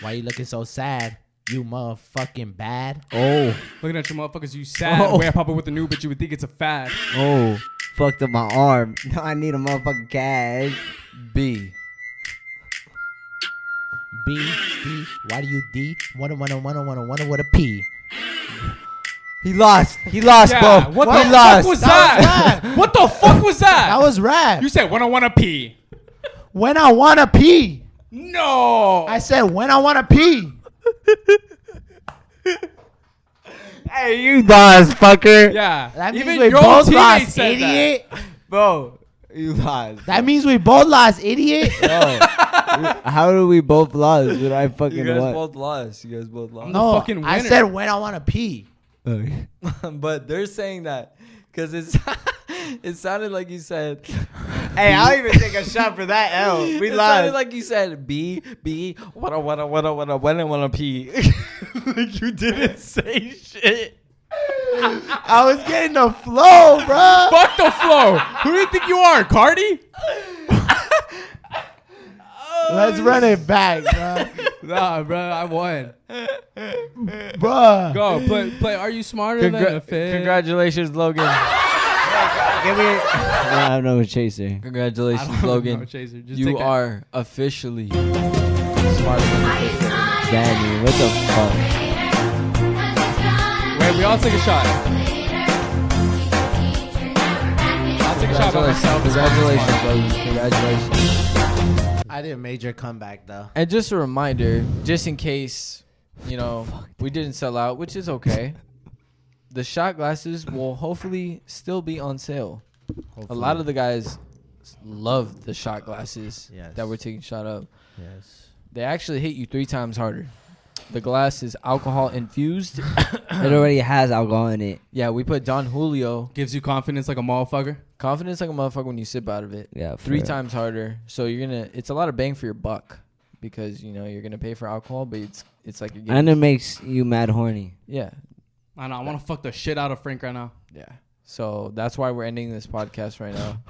F: Why you looking so sad? You motherfucking bad.
C: Oh
D: Looking at your motherfuckers, you sad.
C: Oh.
D: Way I pop up with the new, but you would think it's a fad.
C: oh. Fucked up my arm. <laughs> Now I need a motherfucking cash.
B: B.
F: B D. Why do you D? One oh one one one one one what a P.
C: He lost. He lost,
D: Yeah,
C: bro.
D: what
C: he
D: the
C: lost.
D: fuck was that? what the fuck was that?
F: That was rap.
D: you said oh when I want to pee.
F: When I wanna pee,
D: No.
F: I said when I wanna pee.
C: Hey, you lost, fucker.
D: yeah.
F: That means we both lost, idiot. <laughs>
C: bro. You lost.
F: That means we both lost, idiot.
C: How do we both lose? Did I fucking what?
B: lost. You guys both lost.
F: no,
D: fucking
F: Oh, I
D: winner.
F: said when I wanna pee.
C: Okay.
B: <laughs> but they're saying that because it's <laughs> it sounded like you said. <laughs>
C: hey, I'll even take a shot for that L. We
B: it
C: lost.
B: sounded like you said B B what a what a what a what a when I wanna pee. <laughs> like you didn't say shit.
F: I was getting the <laughs> flow, bro.
D: Fuck the flow. Who do you think you are, Cardi?
F: Let's run it back, <laughs> bro.
D: nah, bro, I
F: <laughs>
D: won.
F: Bruh.
D: Go play. Play. Are you smarter than a fish?
B: Congratulations,
D: <laughs>
B: Logan.
C: Give me. I have no chaser.
B: Congratulations,
D: No,
B: Logan.
D: Chaser. Just take
B: You
D: that.
B: are officially smarter than a fish.
C: Danny, what the
D: Wait, we all take a shot. I'll take a shot by myself. It's fine, it's fine.
B: Congratulations, Logan. Congratulations.
F: I did a major comeback though.
B: And just a reminder, just in case, you know, we didn't sell out, which is okay. the shot glasses will hopefully still be on sale. A lot of the guys love the shot glasses
F: Yes.
B: that we're taking shot of.
F: yes.
B: They actually hit you three times harder. The glass is alcohol infused. <coughs>
C: fuck? It already has alcohol in it.
B: yeah, we put Don Julio.
D: Gives you confidence like a motherfucker.
B: Confidence like a motherfucker when you sip out of it.
C: Yeah,
B: three times harder. So you're gonna it's a lot of bang for your buck because you know you're gonna pay for alcohol, but it's it's like you're getting
C: And it makes you mad horny.
B: yeah
D: I know. I want to fuck the shit out of Frank right now.
B: yeah. So that's why we're ending this podcast right now.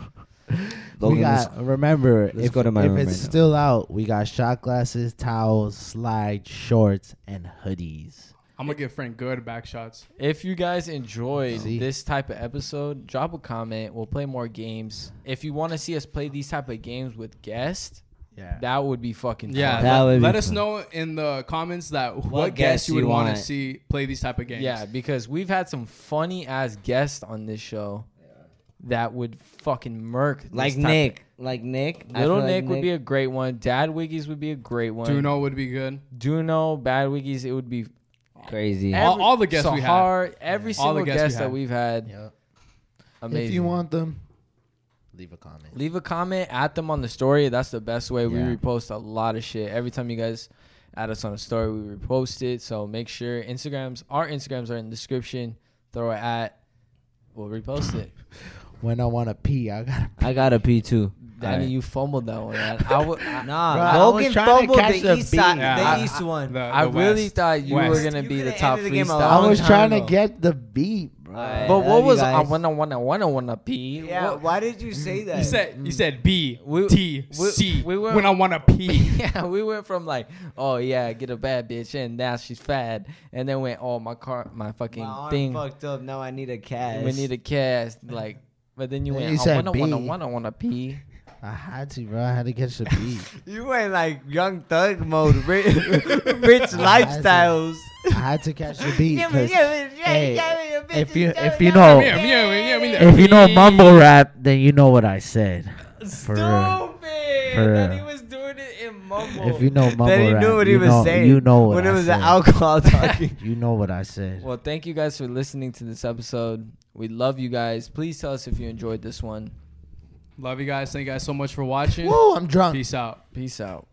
C: Logan
F: we
C: is-
F: got, remember,
C: let's
F: if,
C: go to my
F: if
C: room
F: it's
C: right now.
F: still out, we got shot glasses, towels, slides, shorts, and hoodies.
D: I'm gonna give Frank good back shots.
B: <laughs> If you guys enjoyed
F: See?
B: this type of episode, drop a comment. We'll play more games. If you want to see us play these type of games with guests,
F: Yeah.
B: that would be fucking
D: Yeah,
B: fun.
C: That
D: let,
C: would be
D: let us
C: fun.
D: know in the comments that what,
C: guests
D: guests you would
C: you
D: want
C: want.
D: to see play these type of games.
B: Yeah, because we've had some funny ass guests on this show that would fucking murk. this
C: Like
B: type of-
C: Nick. Like Nick. I
B: Little
C: feel like
B: Nick, would be a great one. Dad Wiggies would be a great one.
D: Duno would be good.
B: Duno, Bad Wiggies, it would be
C: crazy.
D: All- all the guests we had.
B: Sahar, Every
D: All
B: single
D: the guests we
B: guest that
D: had.
B: we've had.
F: Yep.
B: Amazing.
F: If you want them, leave a comment.
B: leave a comment at them on the story. That's the best way.
F: Yeah.
B: We repost a lot of shit. Every time you guys add us on a story, we repost it. So make sure Instagrams, our Instagrams are in the description. Throw it at, we'll repost
D: <laughs>
B: it.
F: When I want to pee, I gotta.
C: I got a P two.
B: Danny, you fumbled that one. Man. I
D: <laughs>
B: would. I-
C: Nah,
F: Bro, I was
C: Logan
F: trying to
C: fumbled
F: catch
C: the
F: a
C: east side,
F: beat.
D: Yeah,
C: the
D: I-
C: east one.
D: The-
B: I
D: the
B: really
D: West.
B: thought you
D: West.
B: were gonna
C: You
B: be the
C: could've
B: top
C: ended the game a
B: freestyle.
C: long
F: I was
C: time
F: trying to
C: ago.
F: get the beat, bro.
C: Alright,
B: but
C: love
B: what
C: you
B: was I
C: guys.
B: wanna wanna wanna wanna pee?
C: Yeah,
B: What-
C: why did you say that?
D: You said you said B
B: Mm. We-
D: T
B: we-
D: C
B: we were-
D: when I want to
B: <laughs>
D: pee.
B: yeah, we went from like, oh yeah, get a bad bitch, and now she's fat, and then went, oh my car, my fucking
C: my arm
B: thing
C: fucked up. Now I need a cat.
B: We need a cast, like. But then you
F: Then
B: went.
F: you
B: I
F: said
B: wanna, wanna,
F: B.
B: wanna, wanna pee.
F: I had to, bro. I had to catch the beat.
C: You went like young thug mode, <laughs> rich, rich lifestyles.
F: I had to catch the beat.
C: Yeah, but-
F: 'cause,
C: yeah, but- yeah,
F: hey,
C: yeah, but-
F: if you
C: yeah,
F: if
C: but-
F: you
C: yeah,
D: Yeah,
F: know
D: yeah, yeah, yeah.
F: if you know mumble rap, then you know what I said. For real. For
B: That
F: real.
B: he was doing it in mumble.
F: If you know mumble
C: Then he
F: rap,
C: knew what he
F: you
C: was
F: know,
C: saying.
F: You know what
C: when
F: I
C: it was
F: said.
C: the alcohol <laughs> talking.
F: You know what I said.
B: Well, thank you guys for listening to this episode. We love you guys. Please tell us if you enjoyed this one.
D: Love you guys. Thank you guys so much for watching.
F: Whoa, I'm drunk.
D: Peace out.
B: Peace out.